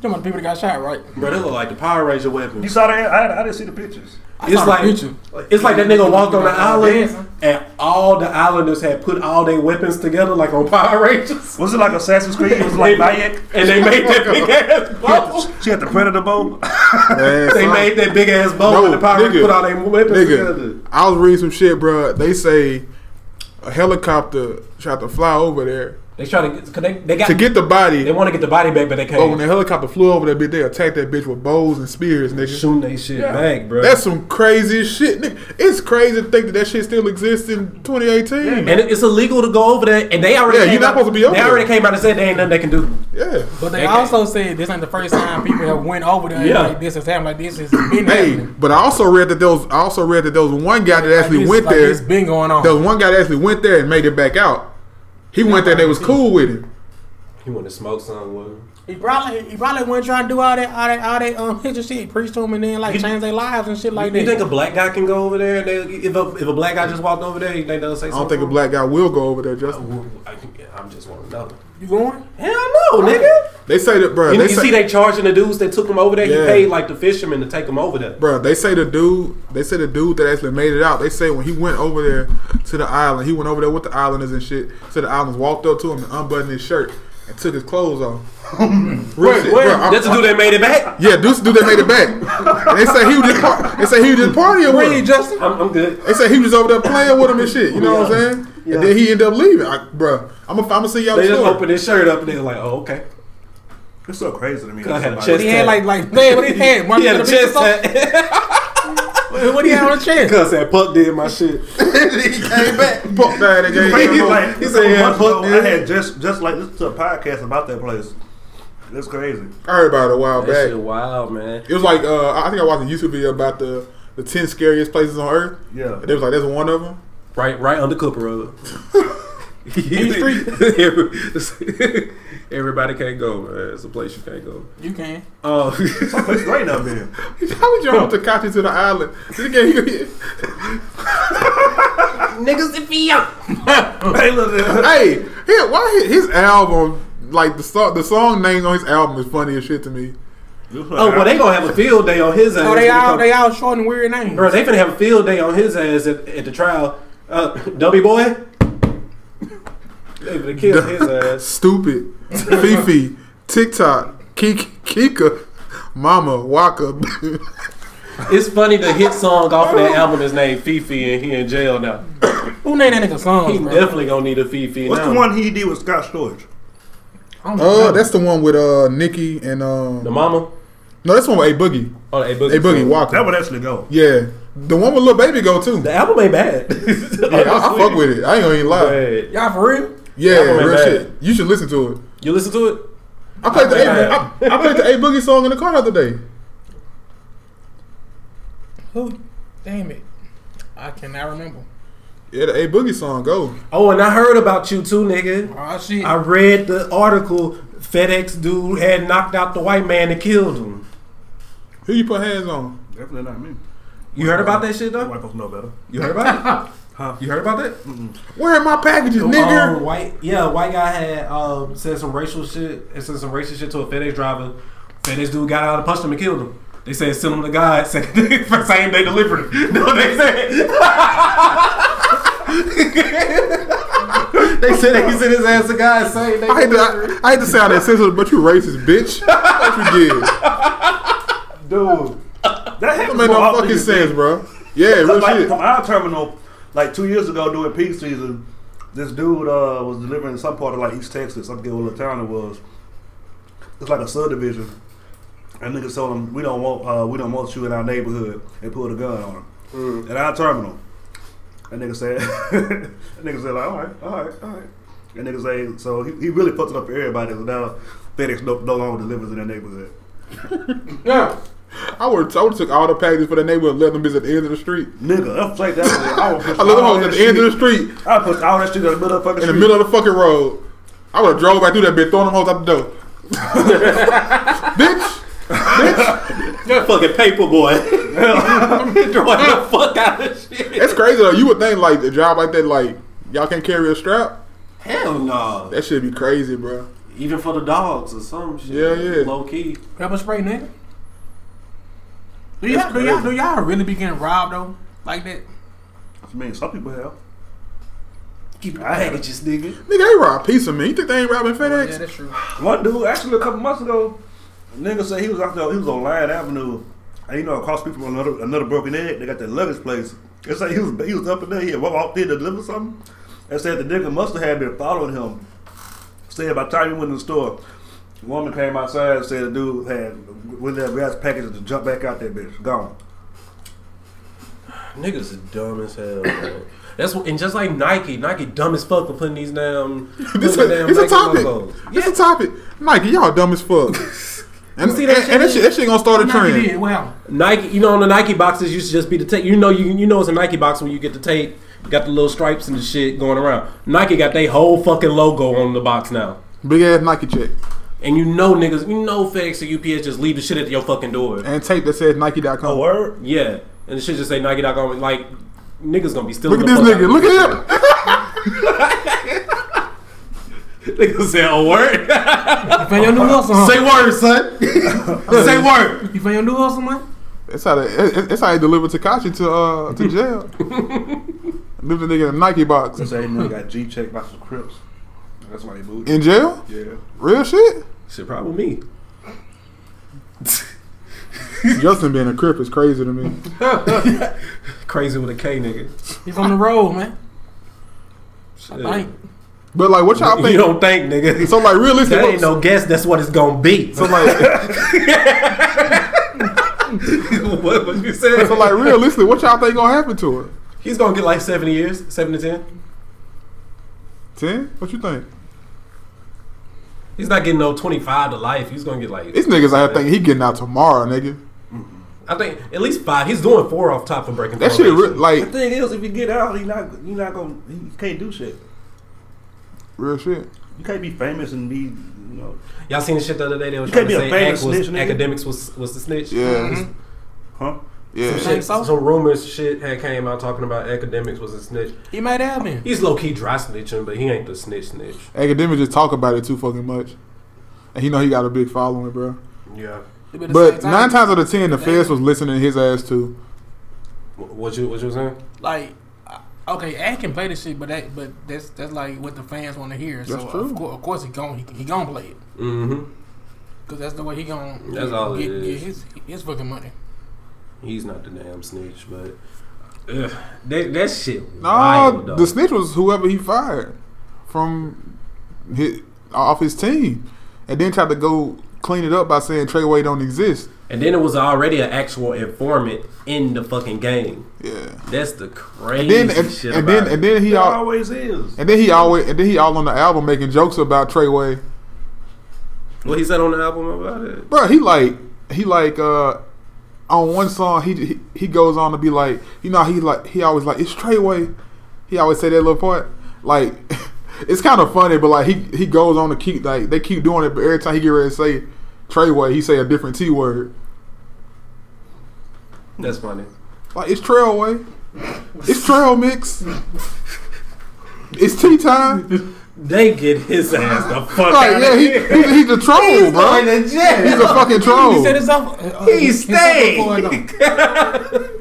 Them are the people that got shot, right?
Bruh, they look like the Power Ranger
You
weapons.
saw that? I, I didn't see the pictures.
I
It's
saw the
like-
picture.
It's like that nigga walked on the
Dancing.
island and all the islanders had put all their weapons together like on Power Rangers.
Was it like Assassin's Creed? Was it like Bayek?
And they made that big ass bow.
She had the predator bow.
Man,
They
son.
made that big ass bowl
No,
and the Power
nigga.
Rangers put all their weapons together.
Nigga, I was reading some shit, bruh. They say a helicopter tried to fly over there
They try to get, cause they, they got
to get the body.
they want to get the body back, but they
But when
can't.
the helicopter flew over that bitch, they attacked that bitch with bows and spears, nigga.
Shooting they shit back, bro.
That's some crazy shit. nigga. It's crazy to think that that shit still exists in 2018. Yeah,
and it's illegal to go over there, and they already
Yeah,
came
you're not
out-
supposed to be over
They
there.
already came out and said they ain't nothing they can do.
But
Okay.
they also said this ain't the first time people have went over there. and
Yeah.
Like this has happened. Like this has been
Hey,
happening.
but I also read that there was I also read that there was one guy that actually
Like, this-
went
like,
there.
It's been going on.
There was one guy that actually went there and made it back out. He went there. They was cool with him.
He want to smoke some with him.
He probably he probably wasn't trying to do all that all that all that um hit your shit, preach to them, and then like change their lives and shit like
You
that.
think a black guy can go over there? And they, if a if a black guy just walked over there, you think they'll say
I don't
something?
think a black guy will go over there, Justin.
Uh, I, am just want to know.
you going?
Hell no, nigga.
They say that, bro.
You,
They
you see,
say,
they charging the dudes that took him over there.
Yeah.
He paid like the fishermen to take him over there.
bro. They say the dude. They say the dude that actually made it out. They say when he went over there to the island, he went over there with the islanders and shit. So the islanders walked up to him and unbuttoned his shirt and took his clothes off. Real shit, bro. I'm-
That's the dude that made it back.
Yeah, Deuce do they made it back. And they say he was just par- they say he was just partying with him.
Justin?
I'm, I'm good.
They say he was just over there playing with him and shit. You know what I'm saying? And then he ended up leaving. I, bruh, I'm gonna I'm see y'all
They
the
just
story.
opened his shirt up and they were like, "Oh, okay."
It's so crazy to me.
Go ahead,
Like,
Chess.
He had like like man, what he had? One
He had a chest tat.
What he had on the chest?
Cuz that puck did my shit.
he came back. Fuck that again.
He like,
He said,
a
yeah,
month
fuck
ago, I
this.
had just just like this to a podcast about that place. That's crazy.
I heard about it a while
That shit
back.
wild, man.
It was like uh, I think I watched a YouTube video about the the ten scariest places on earth.
Yeah.
And it was like that's one of them.
Right, right under Cooper Road. Everybody can't go, man. It's a place you can't go.
You can.
Oh,
That place great up there.
How we drove with Takashi to the island? This game-
niggas, if you
Hey, look at that.
hey, yeah, why his- his album like the song the song names on his album is funny as shit to me.
Oh, well, they gonna have a field Oh, day on his ass.
So Oh,
when
they
it
all
come-
they all short and weird names.
bro, they finna have a field day on his ass at, at the trial. Uh, Dubby boy, they finna kill his ass.
Stupid, Fifi, TikTok, Kiki, Kika, Mama, Waka.
It's funny the hit song off of that album is named Fifi, and he in jail now.
Who named that nigga songs?
He
bro?
definitely gonna need a Fifi.
What's
now.
the one he did with Scott Storch?
I don't know.
uh, that's the one with uh Nicki and um.
The mama.
no, that's the one with A Boogie.
Oh, the A Boogie.
A Boogie
song.
That
Waka.
would actually go.
Yeah, the one with Lil Baby go too.
The album ain't bad.
Yeah, I, I fuck with it. I ain't gonna even lie.
Bad.
y'all for real?
Yeah,
That one
real
bad.
shit. You should listen to it.
You listen to it?
I played the
bad.
A, I, I played the A Boogie song in the car the other day.
Who? Damn it! I cannot remember.
Yeah, the A Boogie song go.
Oh, and I heard about you too, nigga.
Oh shit!
I read the article. FedEx dude had knocked out the white man and killed him.
Who you put hands on?
Definitely not me.
You heard about that shit though?
White folks know better.
You heard about it?
Huh?
You heard about that?
Where are my packages, nigga?
Um, white, yeah, white guy had um, said some racial shit and said some racist shit to a FedEx driver. FedEx dude got out and punched him and killed him. They said send him to God. Second day, for same day delivery. No, they said. they said they sent his ass to God. Same day.
I hate, to,
delivery.
I, I hate to sound insensitive, but you racist, bitch. What you did?
Dude. That
That
happened
made no fucking sense, bro. Yeah, real
like,
shit.
from our terminal, like two years ago during peak season, this dude uh, was delivering in some part of like East Texas. I forget what little town it was. It's like a subdivision, and niggas told him we don't want uh, we don't want you in our neighborhood, and pulled a gun on him
Mm.
at our terminal. That nigga said, that nigga said like, all right, all right, all right. And nigga say, so he, he really fucked it up for everybody. So now FedEx no, no longer delivers in that neighborhood.
yeah.
I would I would took all the packages for the neighborhood, left them bitches at the end of the street.
Nigga, that's like that. I would push
I left them
all
hoes
that
at the end
shit-
of the street,
I would push all that shit in the middle of the fucking
in the
street.
middle of the fucking road. I would have drove right through that bitch, throwing them hoes out the door. bitch,
That fucking paper boy. Throwing the fuck out of shit.
that's crazy though. You would think like a job like that, like y'all can't carry a strap.
Hell no.
That should be crazy, bro.
Even for the dogs or some shit.
Yeah, yeah.
Low key.
Pepper spray, nigga. Do y'all, do y'all do y'all really be getting robbed though? Like that?
I mean, some people have.
Keep your
I had-
packages, nigga.
Nigga, they rob pizza man. You think they ain't robbing FedEx?
Yeah, that's true.
One dude, actually, a couple months ago, a nigga said he was out there. He was on Lion Avenue, and you know, across the street from another another broken egg. They got that luggage place. It's like he was he was up in there. He had walked in to deliver something, and said the nigga must have had been following him. Said by the time you went in the store, the woman came outside and said the dude had with that gas package to jump back out that bitch. Gone.
Niggas is dumb as hell. Bro. That's what, and just like Nike, Nike dumb as fuck for putting these damn.
This
putting
a,
the damn
it's a
Nike
topic.
logos.
It's a topic. Nike, y'all dumb as fuck. And,
see
see
that
that,
shit
and, and that,
is-
shit, that shit gonna start a
Nike
trend.
did. Well,
Nike, you know, on the Nike boxes used to just be the tape. You know, you you know it's a Nike box when you get the tape, you got the little stripes and the shit going around. Nike got their whole fucking logo on the box now,
Big ass Nike check
and you know niggas, you know FedEx and UPS just leave the shit at your fucking door.
and tape that says Nike.com.
A word?
Yeah, and the shit just say Nike.com. Like niggas gonna be still.
Look at this nigga. Look at him.
niggas say a word.
you found your new hustle, huh?
say word, son. say word.
You found your new hustle, man.
That's how they. it- That's how they deliver Takashi to uh to jail. Leave the nigga in a Nike box
This ain't nigga got G checked by some Crips. That's why they moved.
in jail.
Yeah.
Real shit.
Shit, probably me.
Justin being a crip is crazy to me.
Crazy with a K, nigga.
He's on the road, man.
Shit.
Like,
But like, what y'all
You
think?
don't think, nigga.
So like, realistic.
that
what-
ain't no guess. That's what it's gonna be.
So like,
what, what you said?
so like, realistic. What y'all think gonna happen to it?
He's gonna get like seven years, seven to ten.
Ten? What you think?
He's not getting no twenty five to life. He's gonna get like
These niggas out here thinking he getting out tomorrow, nigga.
I think at least five. He's doing four off top for breaking.
That shit,
probation.
re- like,
The thing is, if you get out, you not you not gonna you can't do shit.
real shit.
You can't be famous and be you know
Y'all seen the shit the other day? They was
You
trying
can't
to
be a
say
fan of
Ack was,
snitch, nigga.
academics was was the snitch.
Yeah,
huh?
yeah.
Shit,
Think
so?
so?
rumors shit had came out talking about academics was a snitch.
He might have been.
He's low key dry snitching, but he ain't the snitch snitch.
Academics just talk about it too fucking much, and he know he got a big following, bro.
Yeah.
But, at the
But
same time,
nine times out of ten, the feds was listening to his ass too.
Wh- What you what you was saying?
like, uh, okay, Ack can play this shit, but that, but that's that's like what the fans want to hear. so
That's
Of,
true.
course, of course he gon' he, he gon' play it
Mm-hmm.
because that's the way he gon'
That's all it
get,
is.
get his his fucking money.
He's not the damn snitch, but ugh, that that shit.
No,
wild, though.
the snitch was whoever he fired from his, off his team, and then tried to go clean it up by saying Treyway don't exist.
And then it was already an actual informant in the fucking game.
Yeah.
That's the crazy
Then and,
shit.
and
about
then
it.
and then he
It
all
always is.
and then he always and then he all on the album making jokes about Treyway.
what he said on the album about it.
Bro, he like he like uh on one song he he, he goes on to be like you know he like he always like it's Treyway. He always say that little part like it's kind of funny, but like he he goes on to keep like they keep doing it, but every time he get ready to say Treyway, he say a different T word.
That's funny.
Like it's Trailway, it's Trail Mix, it's tea time.
They get his ass the fuck
Like
out
Oh, yeah,
of
he,
here.
he he's a troll, bro. He's a fucking troll.
He said it's up. Uh,
He
it's up
stayed.
before I go.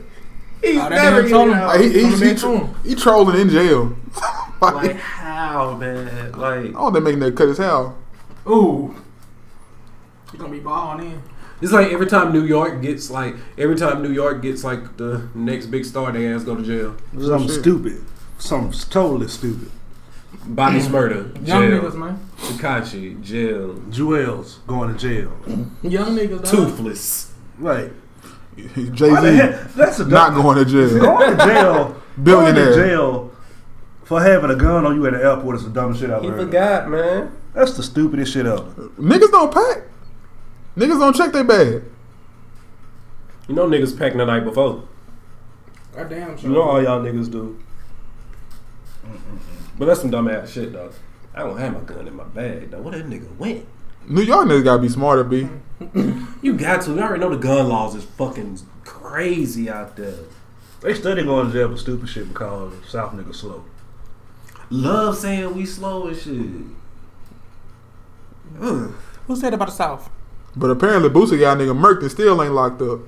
He's
Oh, that
never
nigga
getting
trolling.
out.
Like, he,
From the
he, he,
bedroom.
he trolling in jail. like,
Like how, man? Like
Oh, they're making that cut as hell.
ooh.
He gonna be balling in.
It's like every time New York gets like every time New York gets like the next big star, they ass go to jail.
Something stupid. Something totally stupid.
Bobby Smurda,
Young
jail.
niggas, man.
Takashi, jail.
Jewels going to jail.
Young niggas. Dog.
Toothless.
Right.
Jay
Why the
Z
hell- That's a
not going to jail.
going to jail.
Billionaire.
Going to jail for having a gun on you at the airport is the dumbest shit I've
He
ever heard.
forgot, man.
That's the stupidest shit ever.
Niggas don't pack. Niggas don't check their bag.
You know niggas packing the night before.
Goddamn.
You know all y'all niggas do. But that's some dumb ass shit though. I don't have my gun in my bag though. Where that nigga went?
New York niggas gotta be smarter, b.
You got to. You already know the gun laws is fucking crazy out there.
They study going to jail for stupid shit because South niggas slow.
Love saying we slow and shit. Ugh.
Who said about the South?
But apparently, Boosie got a nigga murked and still ain't locked up.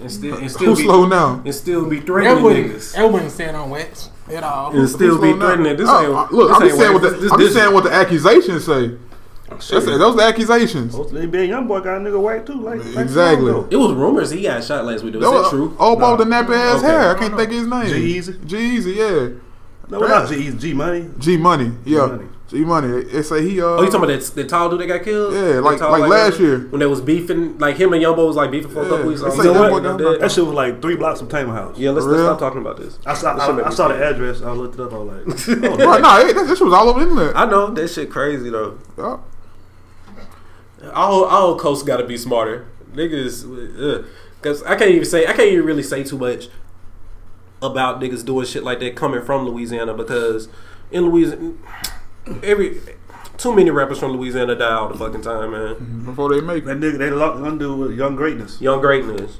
And still, and still
Who
be,
slow now?
and still be threatening
Everyone,
niggas.
everyone said on wax at all.
And still
Who
be
slow now?
threatening. This
Oh,
ain't
uh, look,
this
I'm just
ain't
saying
wax.
what the
This- this
I'm just
digital.
saying what the accusations say. That's, those the accusations.
Most of the NBA young boy got a nigga white too. Like like
Exactly.
Lonzo.
It was rumors he got shot last week. though. Is
That
that
was uh,
true?
Old bald and nappy ass
Okay.
hair. I can't think of his name.
G-Eazy?
G Easy, yeah.
No, not G G Money.
G Money, yeah.
Money.
G Money. They say he uh.
Oh, you talking about that, that tall dude that got killed?
Yeah,
That
like-
tall
like
white
last
guy?
year.
when they was beefing, like him and Yumbo was like beefing for a couple
Yeah,
weeks.
they say
You know
that
what?
boy down there-
That shit was like three blocks from Tamer House.
Yeah, let's,
For
let's
real?
stop talking about this.
I saw,
That shit
I,
make
I
me
saw
sick.
the address. I looked it up. I was like, oh,
Right now, that, that shit was all over the internet.
I know that shit crazy though.
Yeah.
All all coasts got to be smarter, niggas. Because I can't even say I can't even really say too much about niggas doing shit like that coming from Louisiana because in Louisiana, every too many rappers from Louisiana die all the fucking time,
Mm-hmm.
man.
Before they make it.
that nigga, they locked undo with young greatness.
Young greatness.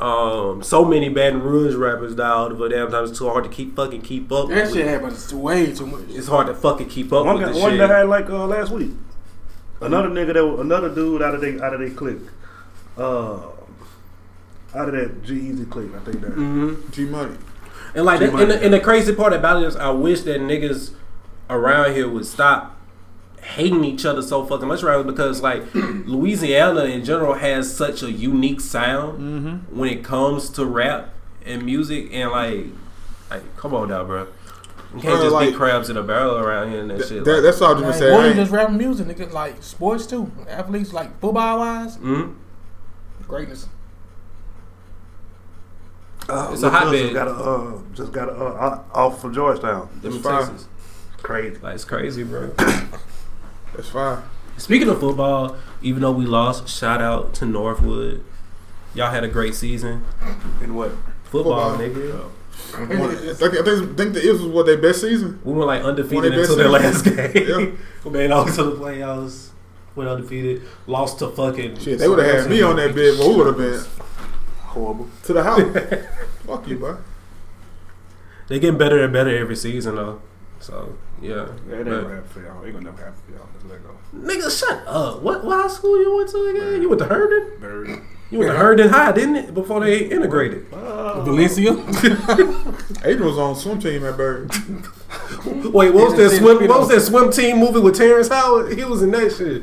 Um, so many Baton Rouge rappers die all the damn time. It's too hard to keep fucking keep up.
That
with.
shit happens way too much.
It's hard to fucking keep up
One,
with
guy,
this
one
shit.
that had like uh, last week. Another nigga that was, another dude out of they out of they clique, uh, out of that G Easy clique. I think that.
hmm
G Money.
And like,
Too
that,
much.
and, the, and the crazy part about it is, I wish that niggas around here would stop hating each other so fucking much around here because like Louisiana in general has such a unique sound
Mm-hmm.
when it comes to rap and music and like, like come on now, bro. You can't
Bro,
just
like-
be crabs in a barrel around here and that shit.
That,
like,
that's all Jimmy
Like,
said.
more
I
than
ain't-
just rapping music, nigga. Like sports too. Athletes, like football wise,
Mhm.
greatness.
Uh,
It's a
Lil
hotbed.
Uzi Got a, uh, just got a, uh, off from Georgetown.
Them
It's fire.
Texans.
Crazy.
Like it's crazy, bro.
That's fine.
Speaking of football, even though we lost, shout out to Northwood. Y'all had a great season.
And what?
Football,
Football.
nigga.
I think, I think, think the Eagles was what their best season.
We went like
When
undefeated
they
until
been
their last game.
Yeah.
we made it all to the playoffs. Went undefeated. Lost to fucking.
Shit, they would have had me on that bed, but we would have been horrible to the house. Fuck you, bro.
They getting better and better every season though. So yeah.
Yeah, it ain't
But-
gonna happen for y'all. It ain't gonna never happen for y'all. Just let go.
Nigga, shut up. What what high school you went to again? You went to Herndon.
Very.
You went to Herndon High, didn't it? Before they integrated.
Valencia.
Adrian was on swim team at Bird.
Wait, what
Yeah,
was that
they
swim?
did.
What was that swim team movie with Terrence Howard? He was in that shit.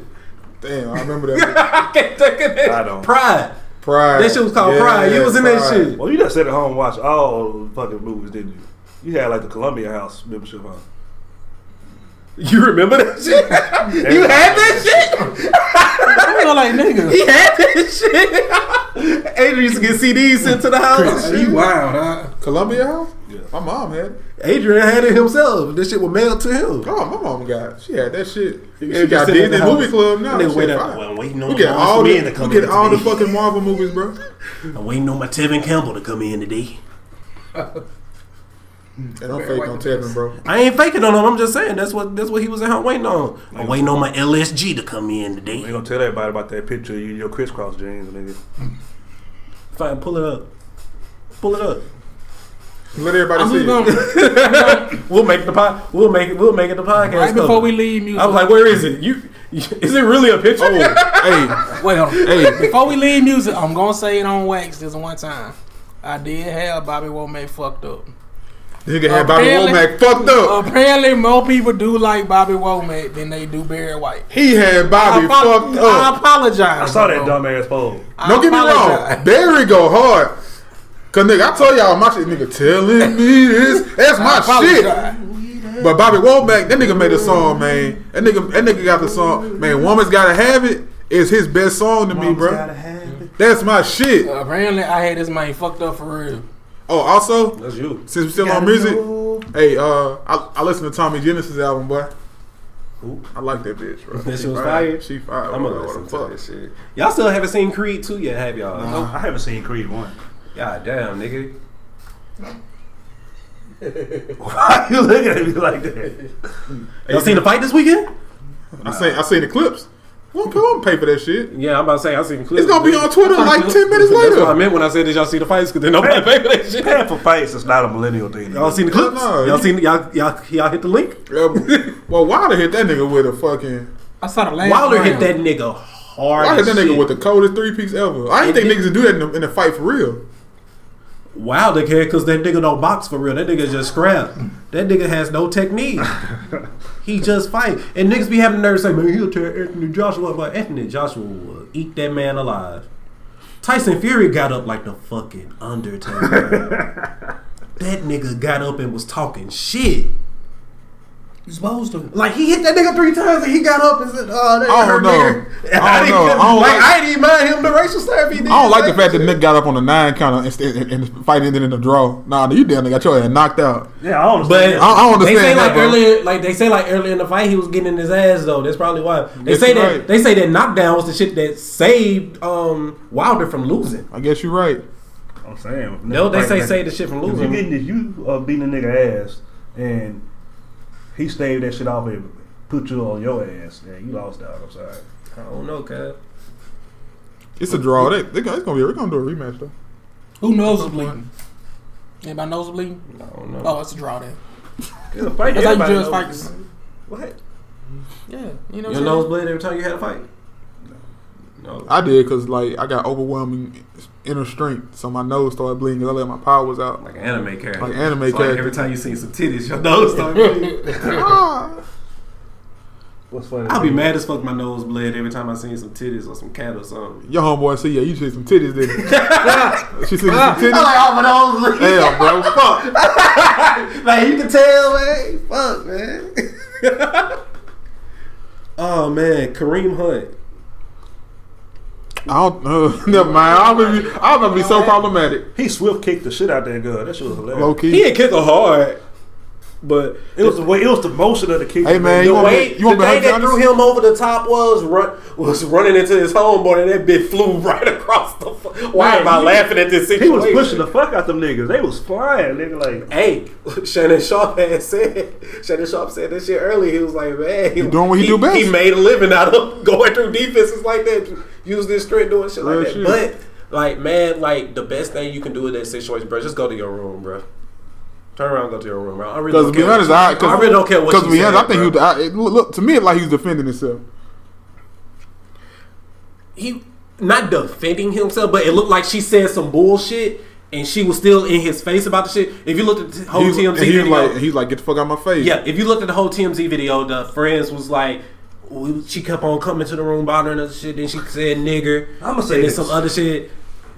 Damn, I remember that.
I can't think of that.
I don't.
Pride.
Pride.
That shit was called Pride. You was in that
Pride.
shit.
Well, you just sat at home and watched all the fucking movies, didn't you? You had like the Columbia House membership, huh?
You remember that shit? you had that shit.
I feel like nigga.
He had that shit. Adrian used to get CDs sent to the house.
Hey, You wild, huh?
Columbia House?
Yeah.
My mom had it.
Adrian had it himself. This shit was mailed to him.
Oh, my mom got it. She had that shit. She
Adrian
got
sitting in
Disney
the
Movie
house.
Club now.
They
Shit,
wait
fine.
up. Well, I'm waiting on
Look at
Lawrence
all the,
Miller to come
look at
in
all the
today.
fucking Marvel movies, bro.
I'm waiting on my Tevin Campbell to come in today.
And I'm fake on Tevin, bro.
I ain't faking on him. I'm just saying that's what that's what he was at home waiting on. I'm waiting on my LSG to come in
We
today.
ain't gonna tell everybody about that picture of you in your crisscross jeans, nigga.
Fine, pull it up. Pull it up.
Let everybody
I'm
see
just
it.
gonna
We'll make the pod. We'll make it. We'll make it the podcast.
right before
cover.
we leave music.
I was like, where is it? You is it really a picture?
Oh,
Wait, hold on.
hey, hey.
Before we leave music, I'm gonna say it on wax this one time. I did have Bobby Womack fucked up.
Nigga had Bobby
Apparently-
Womack fucked up.
Apparently, more people do like Bobby Womack than they do Barry White.
He had Bobby
I, apo-
fucked
I
up.
apologize.
I saw that
bro.
dumbass pole.
I
Don't get me
apologize.
wrong. Barry go hard. Cause nigga, I told y'all my shit, nigga, telling me this. That's
I
my shit.
apologize.
But Bobby Womack, that nigga made a song, man. That nigga, that nigga got the song, man. Woman's gotta have it. Is his best song to me, bro. That's my shit.
Apparently, I had this man fucked up for real.
Oh, also,
That's you.
since we still on music, hey, uh, I, I listened to Tommy Genesis album, boy. I like that bitch, bro.
That
She
shit was
fine.
fire?
She fire.
I'm gonna
bro.
listen
What the
to
fuck?
this shit. Y'all still haven't seen Creed 2 yet, have y'all?
I haven't seen Creed one.
God damn, nigga.
Why you looking at me like that?
Y'all seen the fight this weekend?
I seen, I seen the clips. Won't come on, pay for that shit.
Yeah, I'm about to say I seen clips.
It's gonna be on Twitter
I'm
like
trying to-
ten minutes
That's what I
later.
meant when I said did y'all see the fights? Cause then nobody
Hey.
paid for that shit.
Paying for fights is not a millennial thing.
Y'all seen the clips?
No,
y'all
you-
seen y'all y'all y'all hit the link?
Yeah, well, Wilder hit that nigga with a fucking.
I saw the last
Wilder
round.
hit that nigga hard.
Wilder hit
as
that nigga
shit.
with the coldest three piece ever. I ain't think
And then-
niggas would do that in the, in the fight for real.
Wilder can cause that nigga don't box for real. That nigga just scrap. That nigga has no technique. he just fight. And niggas be having nerves say, man, he'll tear Anthony Joshua up. But Anthony Joshua will eat that man alive. Tyson Fury got up like the fucking Undertaker. that nigga got up and was talking shit. You're supposed to.
Like he hit that nigga three times and he got up and said, "Oh, that
I
hurt
don't know.
nigga." And
I don't
didn't-
know. I don't
like,
like-
I didn't even mind him the racial slur if he did.
I don't like the fact that Nick got up on the nine count and, st- and, and fight ended in the draw. Nah, you damn near got your ass knocked out.
Yeah, I don't
But
understand.
I- I don't
they say
understand
like
that, bro.
earlier, like they say like earlier in the fight, he was getting in his ass though. That's probably why they
That's
say that
right.
they say that knockdown was the shit that saved um, Wilder from losing.
I guess you're right.
I'm saying.
No, they say
Like,
save the shit from
If you
losing.
getting if you uh, beating a nigga ass and he staved that shit off and put you on your ass, then you lost out. I'm sorry.
I don't know, cuz.
It's a draw. They, they, gonna- it's gonna be. We're gonna do a rematch though.
Who nose is bleeding? Anybody nose is bleeding?
I don't know.
Oh, it's a draw then.
It's a fight.
That's how you
everybody
judge
knows.
fights.
What?
Yeah, you know.
Your
what I'm
nose
saying?
bled every time you had a fight? No.
I did because like I got overwhelming inner strength, so my nose started bleeding because I let my power was out.
Like an anime character.
Like anime
It's Like
character.
every time you see some titties, your nose start bleeding.
Ah.
What's funny?
I'll be mad as fuck if my nose bled every time I seen some titties or some cat or something.
Your homeboy said, "Yeah, you see some titties, didn't you?" she seen some titties.
I'm like, oh, my nose.
Damn, bro, fuck.
Like you can tell, man. Fuck, man.
Oh man, Kareem Hunt.
I don't. Uh, never mind. I'm gonna be. I'm gonna be so problematic.
He swift kicked the shit out that girl. That shit was hilarious.
Low
He
key.
didn't kick her hard, but
It was the way. It was the motion of the kick.
Hey man, you
the
want
way
me? You want
the
me?
thing
to
that
honest?
threw him over the top was run was running into his homeboy, and that bitch flew right across the. Fu- Why
Man,
am I
he-
laughing at this
He
situation?
was pushing the fuck out them niggas. They was flying, nigga. Like
Hey, Shannon Sharp had said. Shannon Sharp said that shit earlier. He was like, "Man, he
doing what he do best."
He made a living out of going through defenses like that, use this strength doing shit like
Real
that."
shit.
But like, man, like the best thing you can do in that situation, bro, just go to your room, bro. Turn around, and go to your room, bro. I really
Because
don't
to be
care
honest,
what
I,
you-
cause,
I really don't care what.
Because
you
to be
said,
honest, I think he
bro.
was, I, it, look, look to me it's like he was defending himself.
he not defending himself, but it looked like she said some bullshit and she was still in his face about the shit. If you looked at the whole
He,
TMZ
was- he
video,
was like, he's like, get the fuck out of my face.
yeah, if you looked at the whole TMZ video, the friends was like. we- She kept on coming to the room bothering us and shit. Then she said nigger.
I'ma say
and then
this.
some other shit.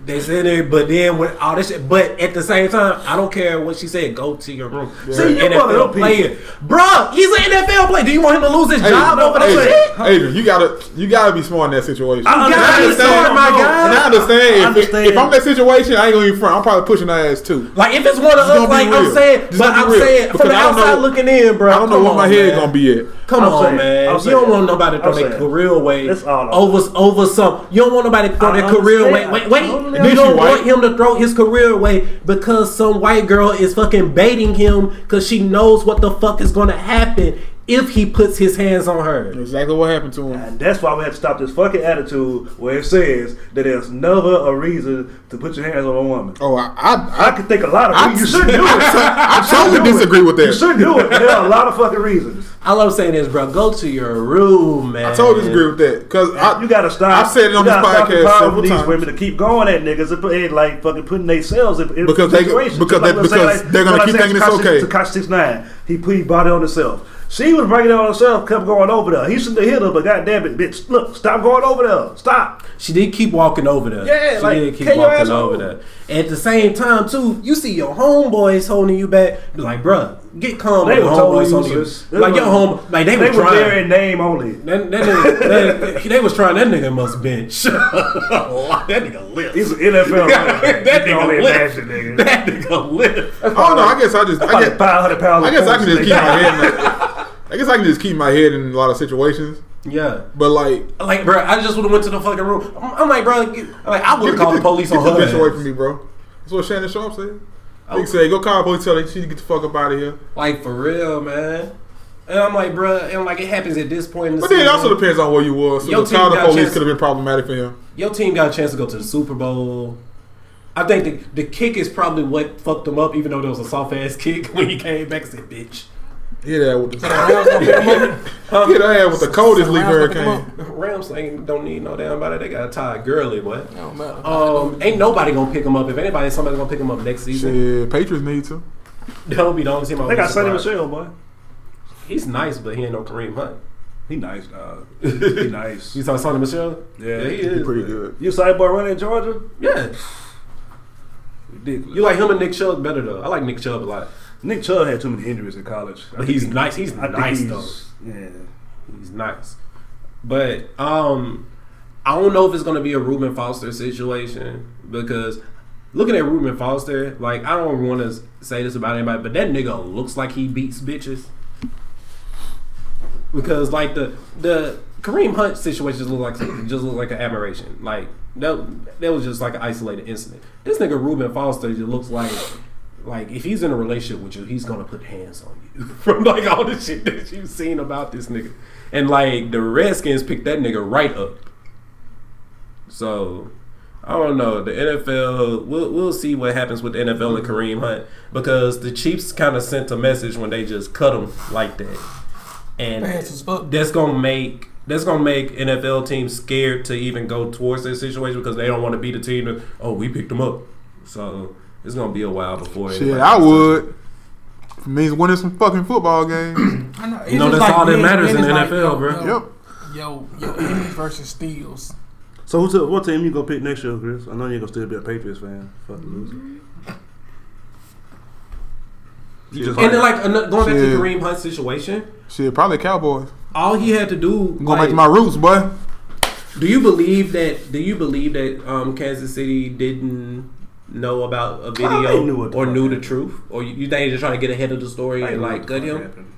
They said it, but then when all this shit, but at the same time, I don't care what she said. Go to your room.
See, you one of them
NFL player, bro. He's an NFL player. Do you want him to lose his
Hey,
job over that
Adrian,
shit?
Adrian, you gotta you gotta be smart in that situation.
I
And
gotta be
understand-
smart, "Oh my
no,
guy.
And I understand,
I
If, if I'm
understand.
in that situation, I ain't gonna even front. I'm probably pushing her ass too.
Like if it's one of
gonna
us,
be
like
real.
I'm saying,
It's
but
gonna be
I'm
real.
saying from
Because
the
I don't know-
outside looking in, bro.
I don't know
come
where my
on,
head
man.
gonna be at.
Come
I'm
on,
saying-
man.
I'm
You
saying-
don't want nobody to throw
I'm
their
saying-
career away
That's all I'm-
over over some. You don't want nobody to throw
I
their career away.
understand.
Wait, wait.
Totally
You don't
understand.
want him to throw his career away because some white girl is fucking baiting him because she knows what the fuck is going to happen if he puts his hands on her.
Exactly what happened to him.
And that's why we have to stop this fucking attitude where it says that there's never a reason to put your hands on a woman.
Oh, I I,
I
I,
could think a lot of reasons. You should do it.
I totally disagree with
You
that.
should do it. There are a lot of fucking reasons.
I love saying this, bro. Go to your room, man.
I totally disagree with that because
you gotta stop.
I've said it on
you
this
gotta stop
podcast
empowering
several
these
times.
women to keep going at niggas and, put, and like fucking putting themselves in, in
Because they-
situations.
because
Just
they-
let's say,
because they're gonna
let's
keep
say
thinking it's
Tekashi-
okay.
Tekashi six nine, he put his body on himself. She was bringing it on herself, kept going over there. He shouldn't have hit her, but goddamn it, bitch, look, stop going over there, stop.
She did keep walking over there.
Yeah,
she
like,
did keep
carry your ass
walking over
over.
there. At the same time, too, you see your homeboys holding you back. Be like, bruh, get calm.
They
with
were
your
total
homeboys holding you.
users. They
Like
were-
your home, like they,
They
were
were there
trying.
in name only.
That, that nigga, that, they was trying. That nigga must bench. that nigga live.
He's an NFL player. You
That
can
nigga
only
lit.
imagine, nigga.
That nigga live.
I don't know. Oh, I guess I just I
Probably
guess,
500 pounds.
I
of
guess I can
force,
just keep
nigga.
my head. In the, I guess I can just keep my head in a lot of situations.
Yeah.
But like,
Like, bruh, I just would have went to the fucking room. I'm, I'm like, bruh, get- I'm like, I would have
get- get
called the police
get
on
the bitch away
her.
from
ass.
me, bro. That's what Shannon Sharp said.
Oh.
He said, "Go call the police, tell them she to get the fuck up out of here."
Like for real, man. And I'm like, bruh, and like it happens at this point. In the
But then it
season.
also depends on where you was. So
Your
the call
team
the
got
police
chance-
could have been problematic for him.
Your team got a chance to go to the Super Bowl. I think the, the kick is probably what fucked them up, even though there was a soft ass kick when he came back and said, bitch.
Hit her with the
Rounds gonna pick him up.
hit her ass with the coldest
Some
leaf
rounds gonna
hurricane.
Rams ain't don't need no damn body. They got Todd Gurley, boy.
Don't matter.
Um, ain't nobody gonna pick him up. If anybody, somebody gonna pick him up next season.
Shit, Patriots need to.
That'll be the only team I
They
would
got
uh,
Sonny
surprise.
Michelle, boy.
He's nice, but he ain't no Kareem Hunt.
He nice, dog. He nice.
You saw Sonny Michelle?
Yeah.
he
He
is.
pretty
but-
good.
You saw that boy running in Georgia?
Yeah.
Ridiculous.
You like him and Nick Chubb better though. I like Nick Chubb a lot.
Nick Chubb had too many injuries in college. I
But
think
he's
he-
nice. He's
I think
nice
he's-
though.
Yeah.
He's nice. But um I don't know if it's gonna be a Reuben Foster situation because looking at Reuben Foster, like I don't wanna s- say this about anybody, but that nigga looks like he beats bitches. Because like the the Kareem Hunt situation just look like just look like an admiration. Like that that was just like an isolated incident. This nigga Reuben Foster just looks like like if he's in a relationship with you, he's gonna put hands on you from like all the shit that you've seen about this nigga. And like the Redskins picked that nigga right up. So I don't know. The NFL, we'll we'll see what happens with the NFL and Kareem Hunt because the Chiefs kind of sent a message when they just cut him like that, and
Fast as fuck.
that's gonna make that's gonna make NFL teams scared to even go towards that situation because they don't want to be the team that oh we picked him up. So it's gonna be a while before.
Shit,
anybody-
I would. For me, it's winning some fucking football games.
I know, it's
You know,
just
that's all that
being-
matters
it's
in the
like,
NFL,
yo,
bro.
yep.
Yo, yo, enemy versus steals.
So who's what team you gonna pick next year, Chris? I know you're gonna still be a Patriots fan. Fuck the loser. You just
And then like ano- going back
Shit.
to Kareem Hunt situation,
Shit, probably Cowboys.
all he had to do.
I'm going back
like-
to my roots, boy.
Do you believe that? Do you believe that um, Kansas City didn't know about a
Oh,
video
they knew what the
or
fuck
knew the
happened.
truth, or you, you think they're trying to get ahead of the story and like gut him
Happened.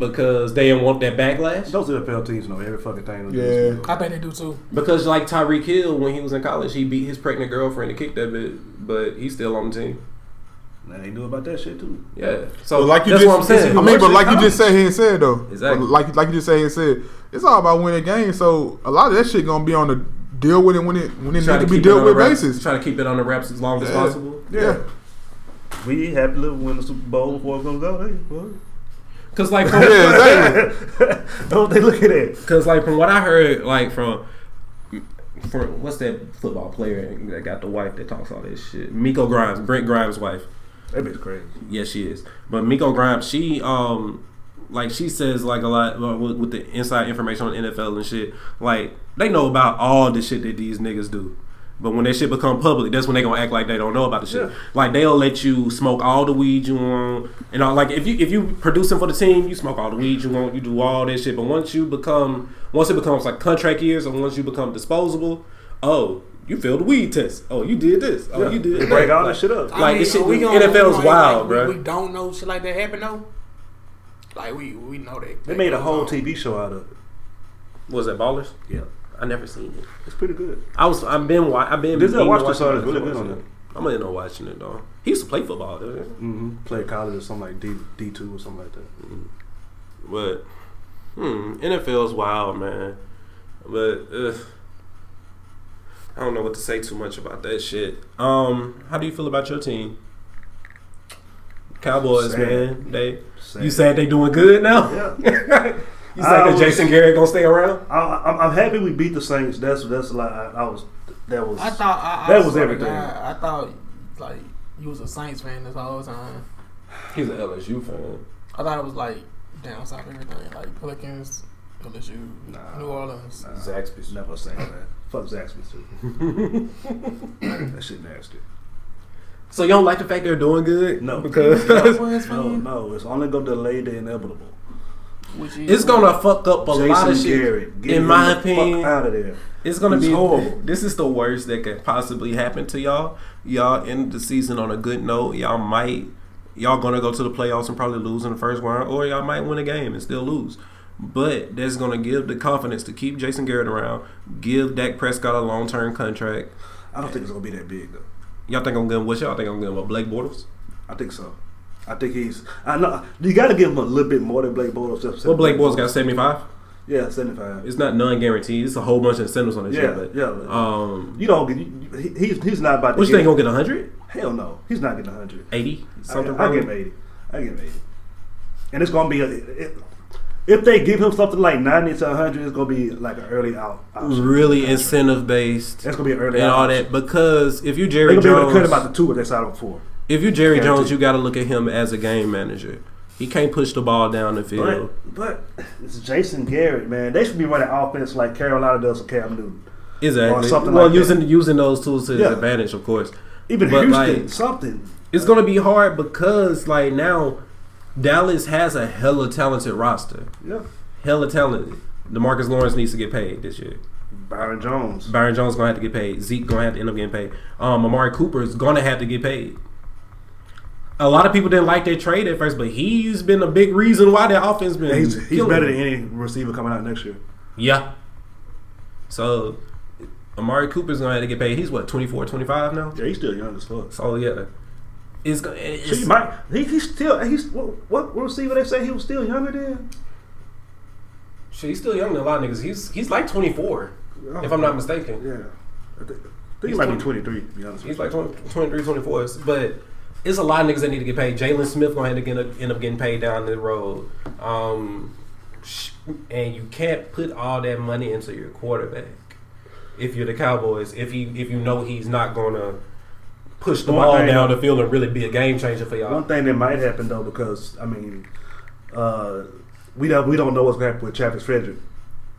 because they didn't want that backlash?
Those NFL teams know every fucking thing.
Yeah.
I think they do too.
Because like Tyreek Hill, when he was in college, he beat his pregnant girlfriend and kicked that bitch, but he's still on the team.
And they knew about that shit too.
Yeah, so
But like
like you
you
that's
just-
what I'm saying.
I mean, but like you just said, he had said though.
Exactly.
But Like like you just said, he had said it's all about winning games. So a lot of that shit gonna be on the deal with it when it when it
Try
need
to
to be
keep it
dealt
on the
with
wraps-
basis.
Try to keep it on the wraps as long as
Yeah.
possible.
Yeah.
We happy to win the Super Bowl before it goes out. Hey, what?
Because like
Yeah.
from,
Exactly.
That's what they looking at.
Cause like from what I heard, like from from what's that football player that got the wife that talks all this shit? Miko Grimes, Brent Grimes' wife.
That bitch crazy.
Yes, she is. But Miko Grimes, she um like she says like a lot uh, with, with the inside information on NFL and shit. Like they know about all the shit that these niggas do. But when that shit become public, that's when they gonna act like they don't know about the shit.
Yeah.
Like they'll let you smoke all the weed you want, and all, like if you if you producing for the team, you smoke all the weed you want, you do all that shit. But once you become, once it becomes like contract years, or once you become disposable, oh, you failed the weed test. Oh, you did this. Oh, you did.
They
that.
break all
Like-
that shit up.
I
Like,
mean,
this shit-
are we
the
gonna-
NFL is
like,
wild,
like,
bruh.
We, we don't know shit like that happen though. Like we we know that
They made a whole
team.
TV show out of it.
Was that Ballers?
Yeah.
I never seen it.
It's pretty good.
I was. I've been. wa- I've been.
Denzel
meaning to
Washington
watch it,
started
but
really
I
good
haven't
on
watched
that.
it. I'm gonna end up watching it though. He used to play football, didn't
Mm-hmm. Play college or something like D D two or something like that.
he? But hmm, NFL's wild, man. But ugh, I don't know what to say too much about that shit. Um, how do you feel about your team? Cowboys,
Sad.
man. They
Sad.
you saying they doing good now?
Yeah.
You saying that
was-
Jason Garrett gonna stay around?
I, I'm, I'm happy we beat the Saints. That's that's like I, I was. That was.
I thought I, I
That was
swear to
everything.
God, I thought like you was a Saints fan this whole time.
He's an LSU fan.
I thought it was like down south everything, like Pelicans, LSU,
Nah.
New Orleans.
Nah,
Zaxby's.
uh, Never say that. Fuck Zaxby's too. that shit nasty.
So you don't like the fact they're doing good?
No.
because
Cowboys
No,
fan,
no, it's only gonna delay the inevitable.
which is-
It's gonna fuck up a
Jason
lot of shit.
Garrett, get
in
him
my
the
opinion,
fuck out of there.
It's gonna
It's
be
horrible.
This is the worst that could possibly happen to y'all. Y'all end the season on a good note. Y'all might y'all gonna go to the playoffs and probably lose in the first round, or y'all might win a game and still lose. But that's gonna give the confidence to keep Jason Garrett around, give Dak Prescott a long term contract.
I don't think it's gonna be that big though.
Y'all think I'm gonna what y'all think I'm gonna Blake Bortles?
I think so. I think he's. I know you got to give him a little bit more than Blake Bortles. Just
Well, Blake Bortles got seventy five.
Yeah, seventy-five.
It's not none guaranteed. It's a whole bunch of incentives on this
yeah,
shit. But,
yeah.
Um,
you don't. get- You, he, he's he's not about.
what
to
you think
get,
gonna get 100,
Hell no, he's not getting hundred.
80, something?
Something I, I give him eighty. I give him eighty. And it's gonna be a. It, if they give him something like ninety to hundred, it's gonna be like an early out. Option.
really incentive based
That's
and
gonna be an early out.
all that because if you Jerry
They're gonna be able
Jones,
to cut him out the two if they sign him for.
if you Jerry
Guaranteed.
Jones, you got to look at him as a game manager. He can't push the ball down the field.
But but it's Jason Garrett, man. They should be running offense like Carolina does with Cam Newton.
exactly.
something
well,
like that.
using using those tools to his
Yeah.
advantage, of course.
Even
But,
Houston,
like-
something.
It's gonna be hard because like now, Dallas has a hella talented roster.
Yeah.
Hella talented. Demarcus Lawrence needs to get paid this year.
Byron Jones.
Byron Jones gonna have to get paid. Zeke gonna have to end up getting paid. Um, Amari Cooper is gonna have to get paid. A lot of people didn't like their trade at first, but he's been a big reason why their offense been.
Yeah, he's he's
killing
better
them.
than any receiver coming out next year.
Yeah. So Amari Cooper's gonna have to get paid. He's what 24, 25 now.
Yeah, he's still young as fuck.
So yeah, it's go-
So
it's
you might he, he's still he's what, what receiver they say he was still younger than?
shit, he's still young than a lot of niggas. He's he's like twenty four, if I'm not mistaken.
Yeah. I think, I think he
He's
might be
20.
23, to be honest
He's
with
like
you.
20, 23, 24. But it's a lot of niggas that need to get paid. Jalen Smith gonna have to get, end up getting paid down the road. Um, sh- and you can't put all that money into your quarterback if you're the Cowboys. If he if you know he's not gonna push the
One
ball
thing-
down the field and really be a game changer for y'all.
One thing that might happen, though, because, I mean, uh, we, don't, we don't know what's going to happen with Travis Frederick.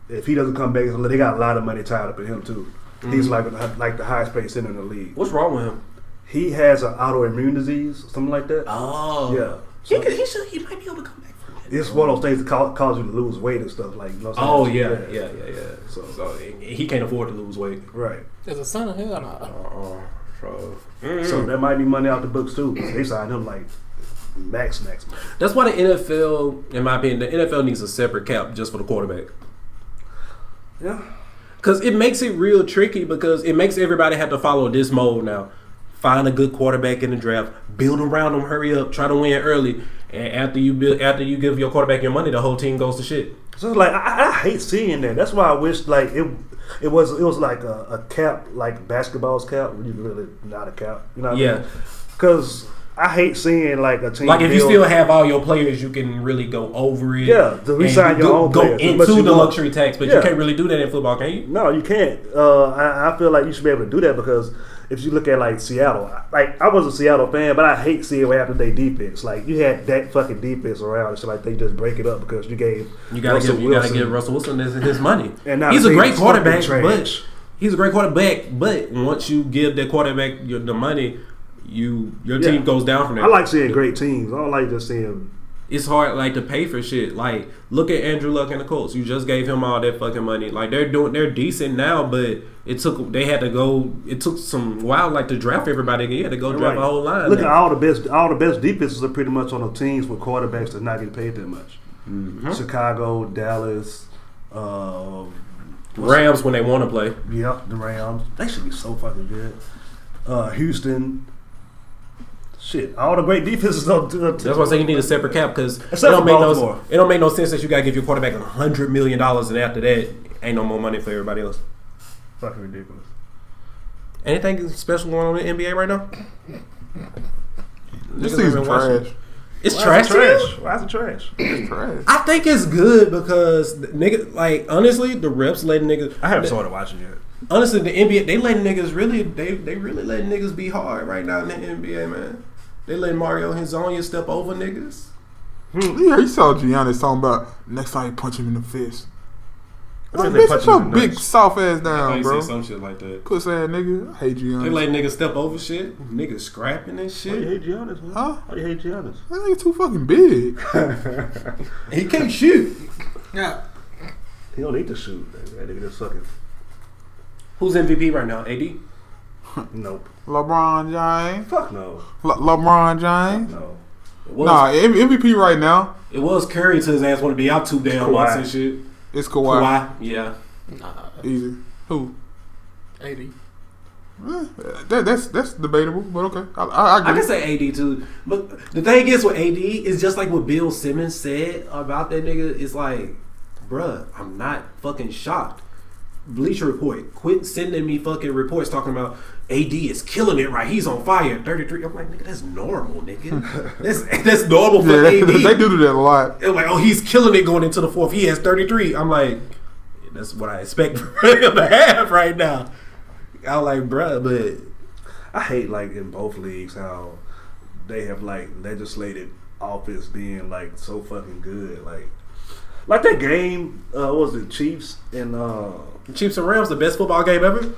If he doesn't come back, they got a lot of money tied up in him, too. He's like
Mm-hmm.
like the highest paid center in the league.
What's wrong with him?
He has an autoimmune disease, something like that.
Oh,
Yeah.
He, could, he should. He might be able to come back from that.
It's one of those things that ca- cause you to lose weight and stuff. Like, you know what I'm
Oh
saying?
yeah, yeah, yeah, yeah. So,
So-
so he he can't afford to lose weight.
Right.
There's a son of hell now.
Oh, so.
So that might be money out the books, too. They signed him like max, max. max.
That's why the NFL, in my opinion, the NFL needs a separate cap just for the quarterback.
Yeah.
Because it makes it real tricky because it makes everybody have to follow this mode now. Find a good quarterback in the draft, build around them, hurry up, try to win early. And after you build, after you give your quarterback your money, the whole team goes to shit.
So it's like I, I hate seeing that. That's why I wish like it it was it was like a, a cap like basketball's cap. Really, really not a cap. You know what I
Yeah.
mean? Because I hate seeing like a team
Like if you
build-
still have all your players, you can really go over it.
Yeah, to
and
resign
you
your
go,
own
go
players as much
into
as
the
you want.
luxury tax, but you
Yeah.
can't really do that in football, can you?
No, you can't. Uh, I, I feel like you should be able to do that because if you look at like Seattle, I- like I was a Seattle fan, but I hate seeing what happened to their defense. Like you had that fucking defense around, and shit like they just break it up because you gave
You gotta
Russell
give you gotta
Wilson-
give Russell Wilson his, his money.
And now
he's
the
a
team
great
is fucking
quarterback,
trash.
but he's a great quarterback. But once you give that quarterback your, the money, you your
Yeah.
team goes down from there.
I like seeing great teams. I don't like just seeing
it's hard like to pay for shit. Like look at Andrew Luck and the Colts. You just gave him all that fucking money. Like they're doing they're decent now, but it took they had to go. It took some while like to draft everybody. You had to go draft
Right.
a whole line.
Look at
now.
all the best, all the best defenses are pretty much on the teams with quarterbacks that not getting paid that much.
Mm-hmm.
Chicago, Dallas, uh,
Rams when they want to play.
yeah, the Rams. They should be so fucking good. Uh, Houston, shit, all the great defenses on. on-
That's why I say you need a separate cap because it
Except
don't
for
make
Baltimore.
no it don't make no sense that you gotta give your quarterback hundred million dollars and after that ain't no more money for everybody else.
fucking ridiculous.
Anything special going on in the NBA right now?
This
Niggas
season
been watching-
trash.
It's trash. to you?
trash. Why is it trash?
It's trash.
I think it's good because the nigga, like honestly, the refs letting niggas.
I haven't started watching yet.
Honestly, the NBA they letting niggas really they they really letting niggas be hard right now in the NBA, man. They letting Mario Hezonja step over niggas.
Yeah, you saw Giannis talking about next time you punch him in the fist. Like,
think they
bitch,
punch
put
him
your
in the
big
nuts.
soft ass down, bro.
shit like that.
Puss ass nigga. I hate
They
Giannis.
let niggas step over shit. Niggas scrapping and shit.
Giannis? Man?
Huh?
Why you hate Giannis?
That nigga too fucking big.
He can't shoot.
Yeah.
He don't need to shoot. That nigga just sucking.
Who's MVP right now? AD.
Nope.
LeBron James.
Fuck no.
Le- LeBron James.
No.
It was,
Nah, M- MVP right now
it was Curry to his ass want to be out two damn
Kawhi.
months and shit.
it's Kawhi.
Kawhi, yeah.
Nah.
Easy. Who?
AD.
Eh, that, that's that's debatable, but okay. I, I, I
I
agree.
can say AD too, but the thing is with AD is just like what Bill Simmons said about that nigga. It's like, bruh, I'm not fucking shocked. Bleacher Report, quit sending me fucking reports talking about AD is killing it right. He's on fire. 33. I'm like, nigga, that's normal, nigga. that's that's normal for
yeah, they,
AD.
they do do that a lot.
They're like, oh, he's killing it going into the fourth. He has 33. I'm like, that's what I expect him to have right now. I'm like, bruh, but
I hate like in both leagues how they have like legislated offense being like so fucking good. Like like that game, uh what was it, Chiefs and uh
Chiefs and Rams, the best football game ever.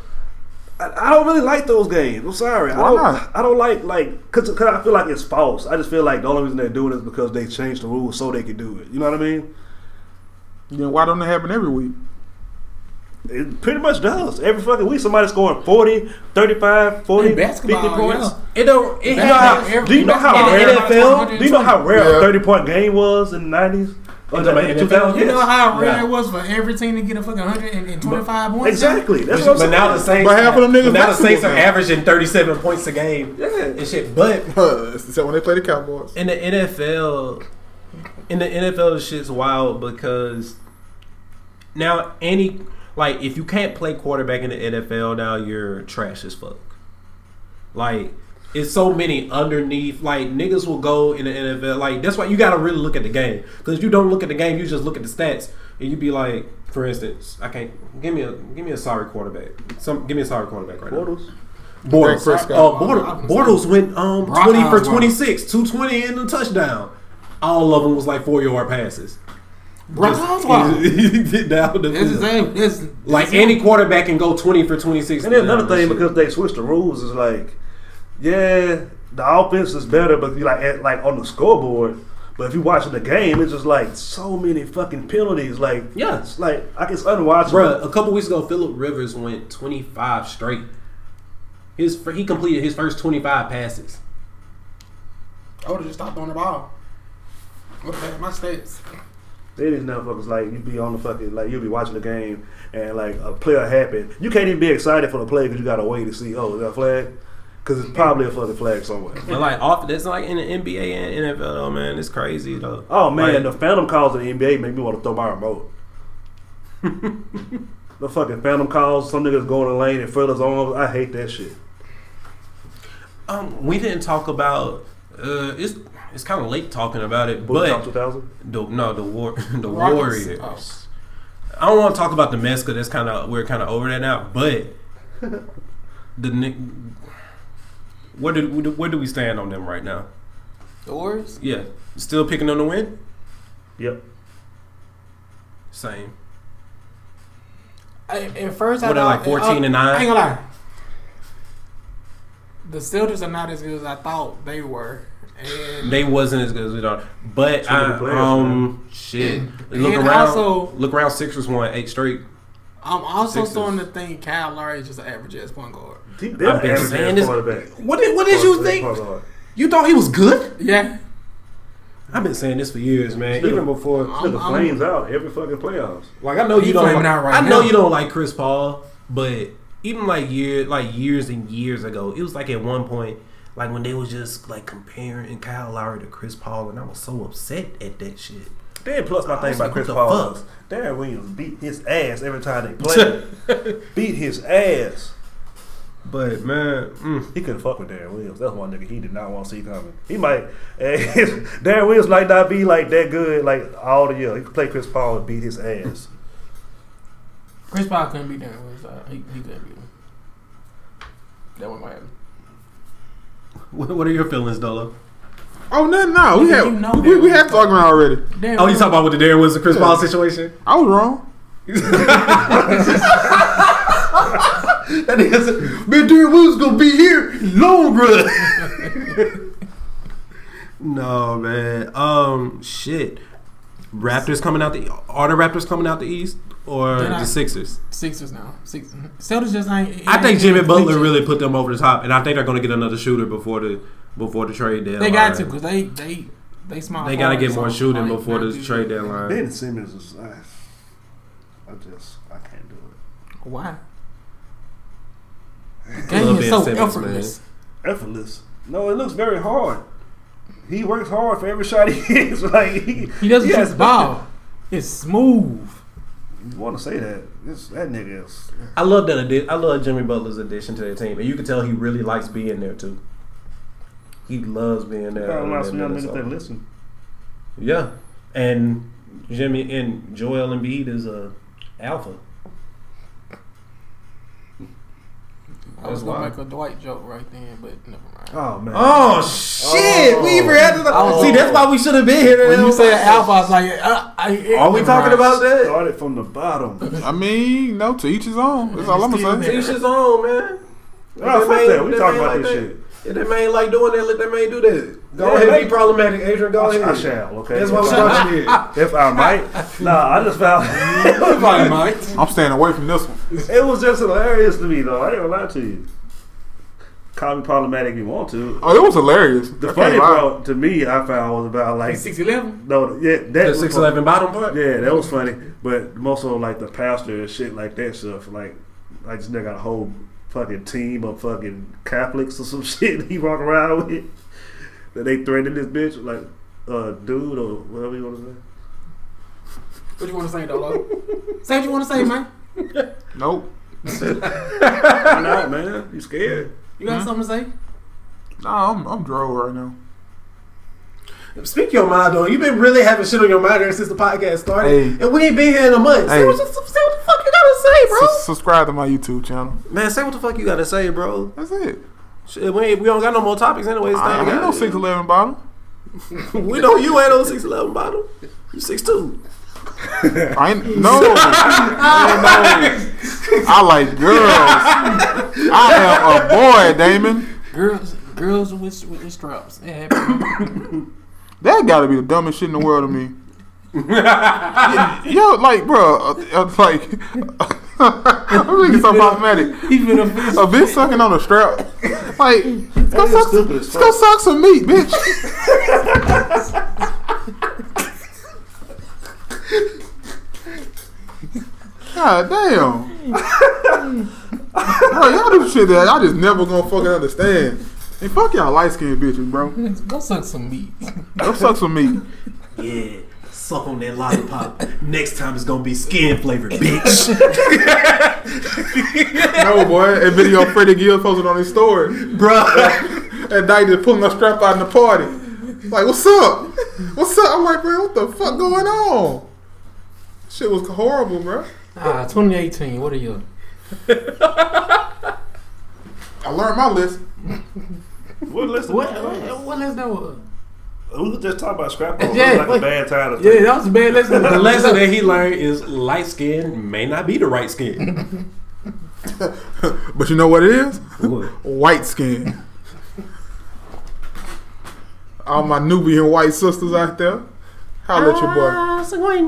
I, I don't really like those games. I'm sorry.
Why
I don't,
not?
I don't like like because I feel like it's false. I just feel like the only reason they're doing it is because they changed the rules so they could do it. You know what I mean?
Then why don't it happen every week?
It pretty much does. Every fucking week somebody's scoring 40, 35, 40,
In
50
basketball,
points.
yeah.
It don't. It
You
You know
has.
how, do you know how
In the
rare
NFL?
Do you know how rare
Yeah.
a thirty point game was in the nineties? Uh, Or
In
the
the
late
NFL?
2000s?
You know
Yes.
how rare
Yeah.
it was for every team to get a fucking 125 points?
Exactly. That's what I'm
But
saying.
now the Saints.
But half of them niggas
but now the
basketball
Saints are
fans.
averaging thirty-seven points a game
Yeah.
and shit. But
Except when they play the Cowboys.
in the NFL, in the NFL, the shit's wild because now any like if you can't play quarterback in the NFL now you're trash as fuck. Like it's so many underneath like niggas will go in the NFL like that's why you got to really look at the game because if you don't look at the game you just look at the stats and you be like for instance I can't give me a give me a sorry quarterback some give me a sorry quarterback right now.
Bortles.
Dak
Bortles.
Prescott.
Uh, Bortles, Bortles went um,
Brock
20 for
Osweiler.
26, 220 and a touchdown. All of them was like four yard passes.
Brock Osweiler.
Down the
That's
field.
his name. That's,
Like any quarterback can go 20 for 26.
And then another
Nah,
thing,
shit.
because they switched the rules, is like, yeah, the offense is better, but you like at, like on the scoreboard. But if you watching the game, it's just like so many fucking penalties. Like,
Yeah.
it's like I it's unwatchable.
Bruh, a couple weeks ago, Philip Rivers went 25 straight. His fir- He completed his first 25 passes.
I would have just stopped on the ball. What the heck? My stats.
They these motherfuckers like you be on the fucking like you'll be watching the game and like a player happen. You can't even be excited for the play because you gotta wait to see. Oh, is that a flag? Because it's probably a fucking flag somewhere.
But like off, that's like in the NBA and NFL, though, man. It's crazy though.
Oh man,
Like,
the phantom calls in the NBA make me want to throw my remote. the fucking phantom calls. Some niggas going in the lane and fellas on. I hate that shit.
um, we didn't talk about. Uh, it's it's kind of late talking about it,
Bulls
but
top two thousand.
The no, the war, the
Rockets.
Warriors.
Oh.
I don't want to talk about the mess because that's kind of we're kind of over that now. But the Knick- where do where do we stand on them right now?
The Warriors?
Yeah, still picking on the win.
Yep.
Same.
I, at first, I
What,
thought, oh,
like 14 and
I- I ain't
9?
gonna lie. The Celtics are not as good as I thought they were. And
They wasn't as good as we thought, but
Too many
I,
players,
um shit. Look
And
around.
also-
look around. Sixers won eight straight.
I'm also
Sixers.
starting to think Kyle Lowry is just an average ass point guard.
He- They're
I've been
average
saying
ass
this-
quarterback.
What did what did you think? You thought he was good?
Yeah.
I've been saying this for years, man. Even before,
before
I'm-
the
I'm-
flames out every fucking playoffs.
like I know
He
you don't.
flaming
Like,
out right
I know
now.
you don't like Chris Paul, but even like year, like years and years ago, it was like at one point, like when they was just like comparing Kyle Lowry to Chris Paul, and I was so upset at that shit.
Then plus my thing
was
about
like,
Chris
what the
Paul
fuck?
is Darren Williams beat his ass every time they played. beat his ass.
But man, mm,
He couldn't fuck with Darren Williams. That's one nigga he did not want to see coming. He might Darren Williams might not be like that good like all the year. He could play Chris Paul and beat his ass.
Chris Paul couldn't be done with uh, he, he couldn't beat him. That wasn't what happened.
what what are your feelings, Dolo?
Oh, no, no. We
You
had,
know
we,
that.
we had talking about already.
Damn,
Oh, you talking about with the Darren Wilson Chris Paul situation?
I was wrong.
That nigga said, man, Darren Wilson's gonna be here long run. no, man. Um, shit. Raptors coming out the are the Raptors coming out the East or
They're not.
the Sixers?
Sixers now. Six Celtics just ain't. it
I think
ain't-
Jimmy Butler really put them over the top, and I think they're gonna get another shooter before the before the trade deadline.
They got to because they they they small.
They gotta
forwards,
get more
so,
shooting
like,
before
they
the
do-
trade deadline.
Ben Simmons is I, I just I can't do it.
Why? The
Love
game is
Ben
so
Simmons, man.
effortless.
Effortless. No, it looks very hard. He works hard for every shot he hits. Like he,
He doesn't
has
shoot the ball. It's smooth.
You want to say that? It's, that nigga is.
I love that. Addi- I love Jimmy Butler's addition to their team, and you can tell he really likes being there too. He loves being there.
Kind of
over
reminds
there
me
in
of niggas
Minnesota.
that listen.
Yeah, and Jimmy and Joel Embiid is a alpha.
I was
That's
gonna
wild.
make a Dwight joke right then, but never mind.
Oh man.
Oh shit! We even had to
Oh.
see. That's why we should have been here.
when you said alpha, I was like, uh, I,
are we talking about that?
Started from the bottom.
I mean, no, to each his own. That's all I'm
Still
going to
there.
say.
Teach his own, man.
No,
If
fuck
they
that.
ain't-
We
if
talking
they
about
ain't
this
like
shit.
that- If that man like doing that, let that man do that. Go
Yeah,
ahead,
man.
be problematic, Adrian. Go
I,
ahead.
I shall, okay?
That's what we're watching here.
If I might, nah, I just found
Everybody might.
I'm staying away from this one.
it was just hilarious to me, though. I ain't gonna lie to you. Call me problematic if you want to.
Oh, it was hilarious.
The
I can't
funny
lie.
part to me, I found was about like
Six eleven.
no, yeah,
The
that
six eleven bottom part.
Yeah, that was funny. But most of like the pastor and shit like that stuff. Like, like this nigga got a whole fucking team of fucking Catholics or some shit he walk around with. That they threatened this bitch like uh dude or whatever you want to say.
What you want to say, Dolo? say what you want to say, man.
Nope.
Why not, man? You scared?
You got
Mhm.
something to say?
Nah, I'm I'm drove right now.
Speak your mind though. You've been really having shit on your mind ever since the podcast started,
Hey.
and we ain't been here in a month.
Hey.
Say, what, you- say what the fuck you gotta say, bro.
Sus- subscribe to my YouTube channel.
Man, say what the fuck you gotta say, bro.
That's it.
Shit, we, ain't, we don't got no more topics anyways.
I ain't no six eleven bottom.
We know you ain't on six eleven bottom. You six two.
I ain't no. I like girls. I am a boy, Damon.
Girls, girls with with, with straps. It happened.
That gotta be the dumbest shit in the world to me. Yo, like, bro, uh, uh, like, I'm really so problematic.
Even if
A bitch sucking on a strap. Like, let's go,
is
suck,
stupid as
let's go suck some meat, bitch. God damn. bro, y'all do shit that I just never gonna fucking understand. And fuck y'all light skinned bitches, bro.
go suck some meat.
Go suck some meat.
Yeah, suck on that lollipop. Next time it's gonna be skin flavored, bitch.
No, boy. That video Freddie Gill posted on his story.
Bruh.
That night just pulling a strap out in the party. Like, what's up? What's up? I'm like, bro, what the fuck going on? Shit was horrible, bro.
Ah, 2018. What are you?
I learned my list.
Well, listen,
What? What, what is that? Was?
we was just talking about scrap ball.
Yeah,
it was like
what-
a bad time. To
Yeah, that was a bad lesson.
The lesson that he learned is light skin may not be the right skin.
But you know what it is?
What?
White skin. All my Nubian white sisters out there. Holla at your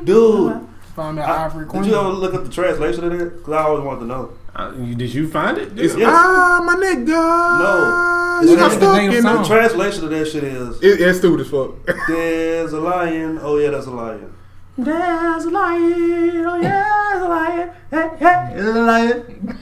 boy.
Dude,
Found out
I-
Ivory Queen.
did you ever look up the translation of that? Because I always wanted to know.
Uh, you- did you find it?
It's
Yeah.
ah, my nigga.
No.
You
It's
got
not
stuck
the name
in
song.
the
The
tra-
translation of that shit is
it, It's stupid as fuck.
There's a lion. Oh yeah, that's a lion.
There's a lion. Oh yeah, there's a lion. Hey, hey, there's a lion.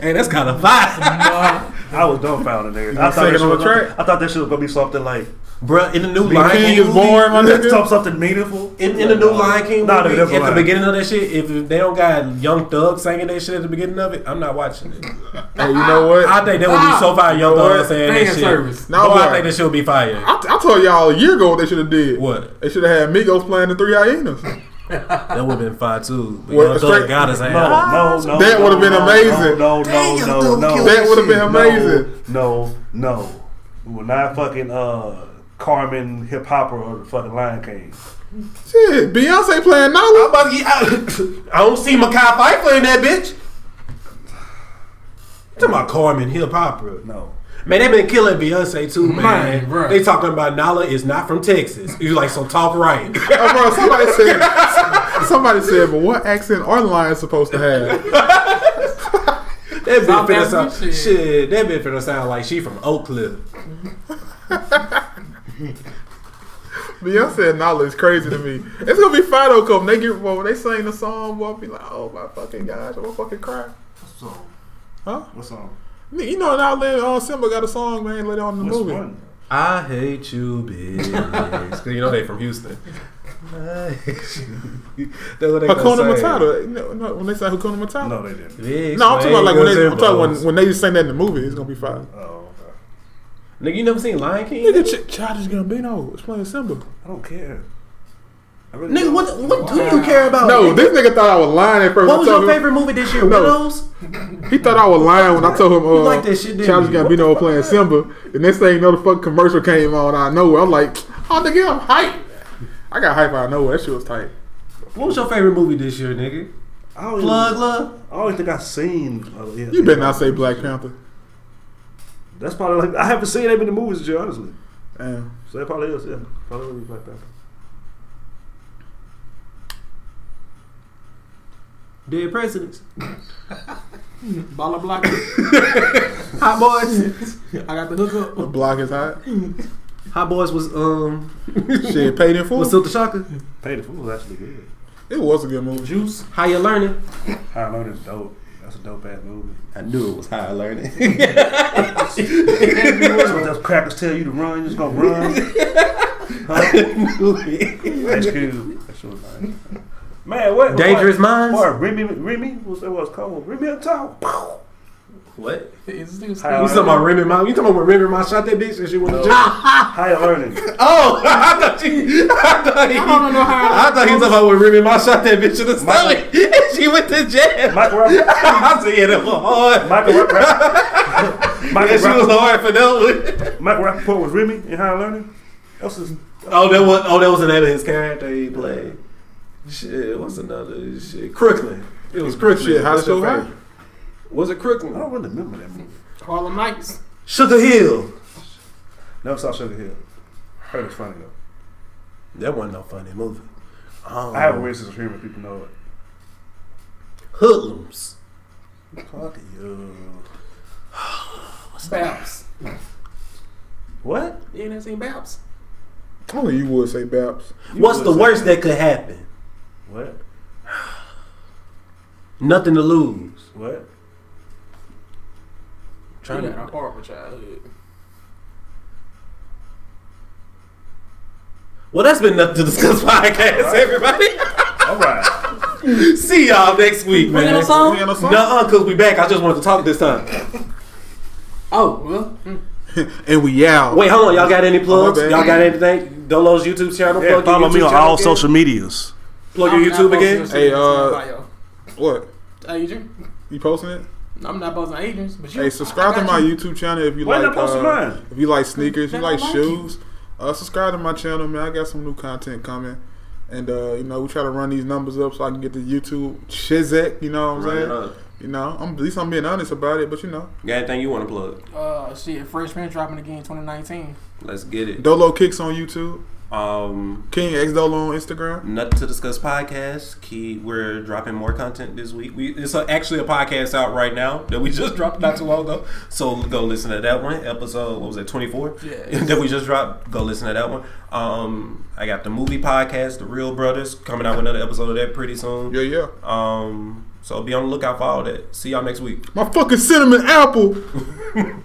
hey, that's kind of vibe,
Uh,
I was dumbfounded, nigga.
gonna
I thought,
sing
that
it
shit
on
was
the
gonna,
track?
I thought that shit was gonna be something like
Bruh, In the new
The
Lion
king
King
is
movie,
born, my nigga.
something meaningful.
in, in the new Lion King
Nah,
movie,
nigga, that's a
at the
lion.
beginning of that shit, if they don't got Young Thug singing that shit at the beginning of it, I'm not watching it.
Hey, you know what?
I think that would be so fire, Young
Lord,
Thug saying
fan
that shit.
service.
Now
Boy, I
what?
think that shit would be fire.
I, I told y'all a year ago what they should have did.
What?
They should have had Migos playing the Three Hyenas.
That would have been fire too. But
What,
Young
straight-
Thug got his ass.
Ah.
No, no, no.
That
no,
would've been
no,
amazing.
No, no, no, no. no.
That would've been amazing.
No, no. no. We're not fucking uh, Carmen hip hopper or the fucking Lion King.
Shit, Beyonce playing Nala.
about to get out. I don't see Makai Pfeiffer in that bitch. Talking about Carmen hip hop, man.
No.
They've been killing Beyonce too, man.
Man, bruh.
They talking about Nala is not from Texas. You like so talk right.
Oh, bro, somebody said. Somebody said, but what accent are lions supposed to have?
that bitch
South
finna
African
sound
shit.
shit. That bitch finna sound like she from Oak Cliff.
Beyonce and Nala is crazy to me. It's gonna be fine though. Come, they get well, they sing the song. Boy, I'll be like, oh my fucking gosh, I'm gonna fucking cry.
So,
Huh?
what song?
You know, now let uh, Simba got a song, man. Later on in the
What's
movie.
one?
I hate you, bitch. 'Cause you know they from Houston. I hate you. That's what they
Hakuna
gonna say.
Matata. No, no, when they say Hakuna Matata.
No, they didn't.
Big
No, I'm talking about like when they,
swingers
I'm
and
talking when,
bows.
when they just sing that in the movie, it's gonna be fine.
Oh, okay.
Nigga, you never seen Lion King?
Nigga, Ch- Childish Gambino was playing Simba.
I don't care. I really
Nigga,
don't.
what what do you care about?
No,
nigga?
this nigga thought I was lying at first.
Oh, what was
I told
your
him-
favorite movie this year?
No.
Widows.
He thought I was lying when I told him. Uh,
You like that shit, didn't
Childish
you?
Gambino was playing Simba. The next thing you know, the fuck commercial came on out of nowhere. I'm like, oh nigga, I'm hype. I got hype out of nowhere. That shit was tight.
What was your favorite movie this year, nigga?
I don't
Plug
even,
love.
I don't even think I've seen. Uh, yeah,
You better not say Black Panther.
That's probably like I haven't seen them in the movies, Joe. Honestly,
Damn.
so that probably is. Yeah, probably would be Black Panther.
Dead presidents.
Baller block.
Hot boys.
I got the hookup.
The block is hot.
Hot boys was um
Shit, paid in full.
was Silk the Shocker.
Paid the Fool was actually good.
It was a good movie.
Juice. How you learning?
High and Low is dope. That's a dope ass movie.
I knew it was high learning.
That's what those crackers tell you to run. You're just gonna run. huh? That's cool. That shit was nice. Man, what?
Dangerous Minds.
Or Remy, Remy, what's that? What's called Remy on top? Pow.
What?
Is this
High
You
and
talking
Low.
about Remy Ma? You talking about Remy Ma shot that bitch and she went to jail?
High earning.
oh, I thought you. I thought he.
I don't know how.
I thought he was talking about when Remy Ma shot that bitch in the stomach and she went to jail.
Michael Rapaport.
I said, yeah, that was hard.
Michael Rapaport.
Yeah,
Michael,
she was
Rappaport
hard for that one.
Michael Rapaport was Remy in High Learning. That's his.
Oh, that was oh, that was the name of his character he played. Shit, what's another shit? Crooklyn. It was Crooklyn.
Shit, how
What's
so
your
high?
favorite? Was it
I
Crooklyn?
don't really remember that movie.
Harlem Nights.
Sugar Hill.
Never saw Sugar Hill. Heard it's funny though.
That wasn't no funny movie. Um,
I have
Oh.
a weird sense of humor. People know it.
hoodlums.
Fuck
Uh,
you.
Baps.
What?
You ain't never seen Baps.
Only you would say Baps.
You
What's
would
the
say-
worst that could happen?
What?
Nothing to lose.
What?
You
Trying
had a
to,
horrible childhood.
well, that's been nothing to discuss podcast, everybody.
All right.
See y'all next week, man.
no song? We ain't
no song?
Nuh-uh, uh, cause we back. I just wanted to talk this time.
Oh well. mm.
And we out.
Wait, hold on. Y'all got any plugs?
Oh, my bad.
y'all got anything? Dolo's YouTube channel.
Yeah,
plug your
follow me
YouTube
on
channel
all
again.
social medias.
Plug your
I'm not
YouTube
posting
again.
this
Hey,
shit in my
uh,
bio.
What?
Hey, Adrian.
You posting it?
I'm not posting agents, but you.
Hey, subscribe to my YouTube channel if you
Why
like.
not post
uh,
mine?
If you like sneakers, you
Then I
like
like
shoes. Uh, subscribe to my channel, man. I got some new content coming, and uh, you know we try to run these numbers up so I can get the YouTube chizek. You know what I'm
Run it
saying?
up.
You know, I'm at least I'm being honest about it. But you know,
Got anything you want to plug?
Uh, shit, freshman dropping again, 2019.
Let's get it.
Dolo kicks on YouTube,
Um,
King X Dolo on Instagram.
nothing to discuss podcast. Key, we're dropping more content this week. We it's a, actually a podcast out right now that we just dropped not too long ago. So go listen to that one. Episode what was that twenty four?
Yeah.
that we just dropped. Go listen to that one. Um, I got the movie podcast, The Real Brothers, coming out with another episode of that pretty soon.
Yeah, yeah.
Um, so be on the lookout for all that. See y'all next week.
My fucking cinnamon apple.